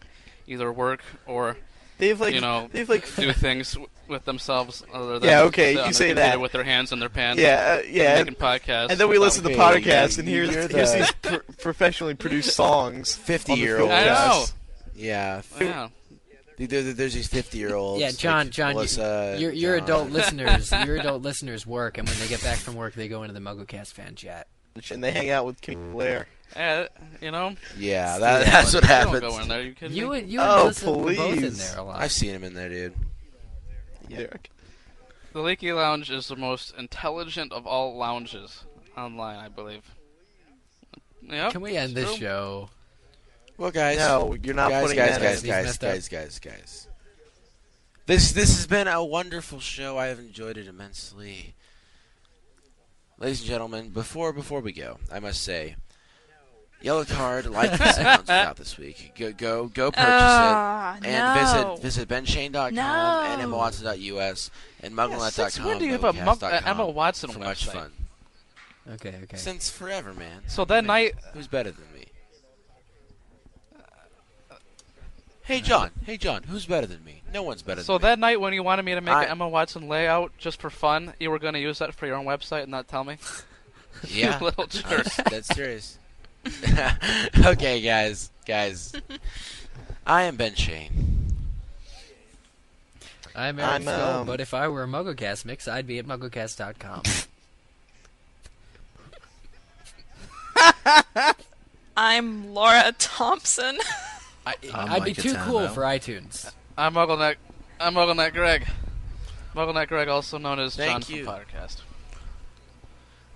either work or They've like- you know they've like- (laughs) do things w- with themselves other than Yeah, okay, sit on their you say computer that. with their hands in their pants. yeah, uh, yeah. making podcasts, And then we listen to without- podcasts, and here's, (laughs) here's these (laughs) pro- professionally (laughs) produced songs. 50 on the year old. I know. Yeah. Yeah. There- there- There's these 50 year olds. yeah, John, like John, uh, Melissa, your your John. (laughs) adult listeners, your adult listeners work, and when they get back from work, they go into the MuggleCast fan chat, and they hang out with King Blair. Uh, you know. Yeah, that, that's what You happens. Don't go in there. You kidding You me? would- you Oh, please. I've seen him in there, dude. Derek. The Leaky Lounge is the most intelligent of all lounges online, I believe. Yep, Can we end it's this true. show? Well, guys. No, you're not guys, putting guys, that guys, in. guys, He's messed up. guys, guys, guys. This this has been a wonderful show. I have enjoyed it immensely. Ladies and gentlemen, before before we go, I must say, Yellow (laughs) card Lycan's announced out this week. Go go go purchase Ah, it and no. visit visit benshane.com and emmawatson.us and mugglenet.com. since when do you have a Mug- uh, Emma Watson for much website? fun? Okay, okay. Since forever, man. So that night, who's better than me? Hey John, hey John, who's better than me? No one's better so than me. that night when you wanted me to make I- an Emma Watson layout just for fun, you were going to use that for your own website and not tell me? (laughs) Yeah. you little jerk. That's- (laughs) that's serious. okay, guys, guys. I am Ben Shane. I'm Aaron I'm, Stoll, um, but if I were a MuggleCast mix, I'd be (laughs) at MuggleCast.com. (laughs) I'm Laura Thompson. (laughs) I, (laughs) I'm I'd be Mike too Catano. cool for iTunes. I'm MuggleNet. I'm MuggleNet Greg. MuggleNet Greg, also known as Thank John you. from Podcast.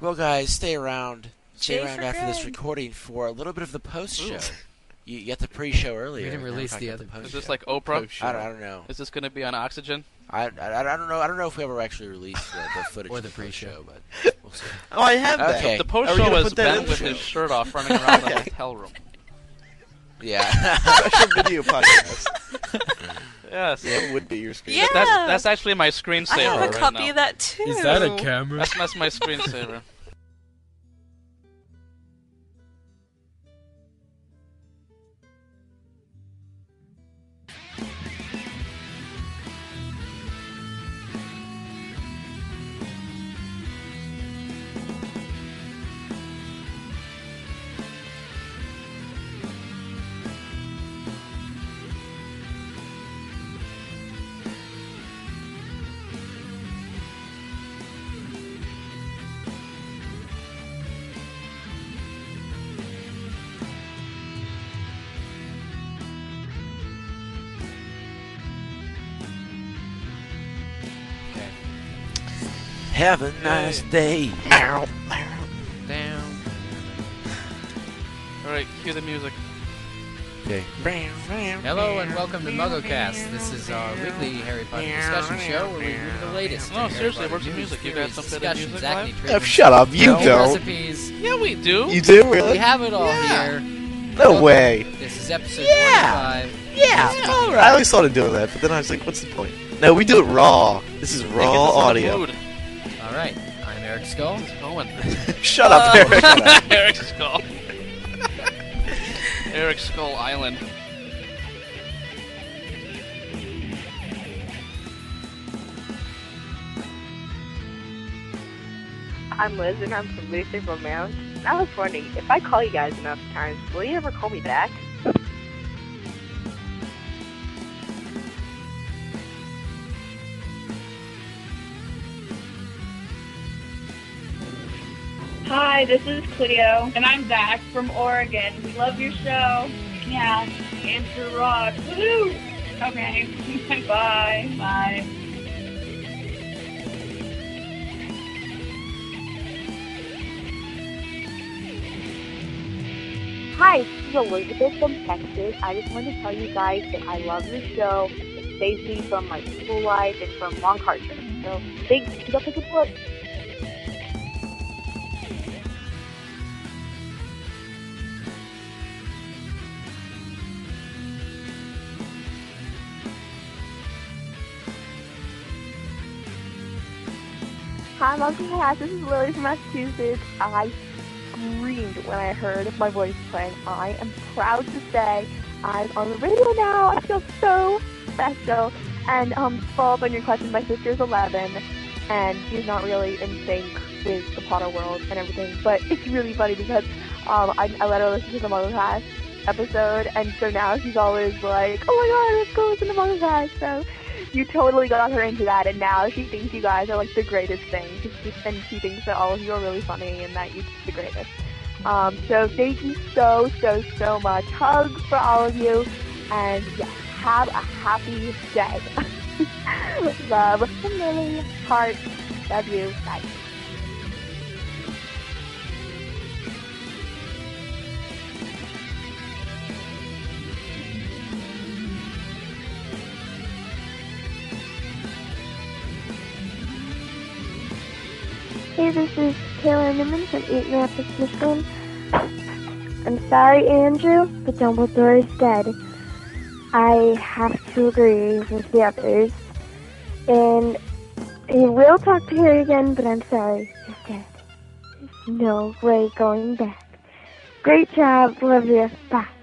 Well, guys, stay around. Stay J for around after this Greg. recording for a little bit of the post show. Ooh. You, you got the pre-show earlier. We didn't Now we're release talking the about other post Is this show. like Oprah? I don't, Oh, I don't know. Is this going to be on Oxygen? I, I, I don't know. I don't know if we ever actually released the, (laughs) the footage or the pre-show, (laughs) but we'll see. Oh, I have that. okay. The post Are we show gonna was put that in Ben the with show? his shirt off running around (laughs) (laughs) in the hotel room. Yeah. (laughs) Special video (laughs) podcast. Yes. Yeah, it would be your screen. Yeah. That's, that's actually my screensaver. I have a right copy now. of that too. That's, that's my screensaver. Have a nice day. Ow. Damn. Alright, cue the music. Okay. Hello and welcome to MuggleCast. This is our weekly Harry Potter discussion show where we review the latest. No, in Harry seriously, Potter where's the news, music? You got theories, some bit of discussions, music acne live? treatments, Oh, shut up, you film don't. Recipes. Yeah, we do. You do, really? We have it all here. No way. This is episode Yeah. 25. Yeah. I always thought of doing that, but then I was like, what's the point? No, we do it raw. This is raw audio. All right, I'm Eric Skull. Oh. Owen. (laughs) Shut (laughs) up, (laughs) Eric. Oh. Eric Skull. (laughs) Eric Skull Island. I'm Liz, and I'm from Lucy Mount. I was wondering, if I call you guys enough times, will you ever call me back? Hi, this is Cleo. And I'm Zach from Oregon. We love your show. Yeah. And Gerard. Woo! Okay. (laughs) Bye. Bye. Hi, this is Elizabeth from Texas. I just wanted to tell you guys that I love your show. It saves me from my school life and from long car trips. So thanks. Keep up the good work. Hi, Monkey Cast. This is Lily from Massachusetts. I screamed when I heard my voice playing. I am proud to say I'm on the radio now. I feel so special. And um, to follow up on your question, my sister's 11, and she's not really in sync with the Potter world and everything. But (laughs) it's really funny because um, I, I let her listen to the Muggle Cast episode, and so now she's always like, "Oh my God, let's go listen to Muggle Cast." So you totally got her into that, and now she thinks you guys are like the greatest thing. She's just, and she thinks that all of you are really funny and that you're just the greatest. Um, so thank you so, so, so much. Hugs for all of you, and yeah, have a happy day. (laughs) Love, Lily, heart, love you. Bye. Hey, this is Taylor Newman from 8 Rapids, Michigan. I'm sorry, Andrew, but Dumbledore is dead. I have to agree with the others. And he will talk to her again, but I'm sorry. He's dead. There's no way going back. Great job. Love you. Bye.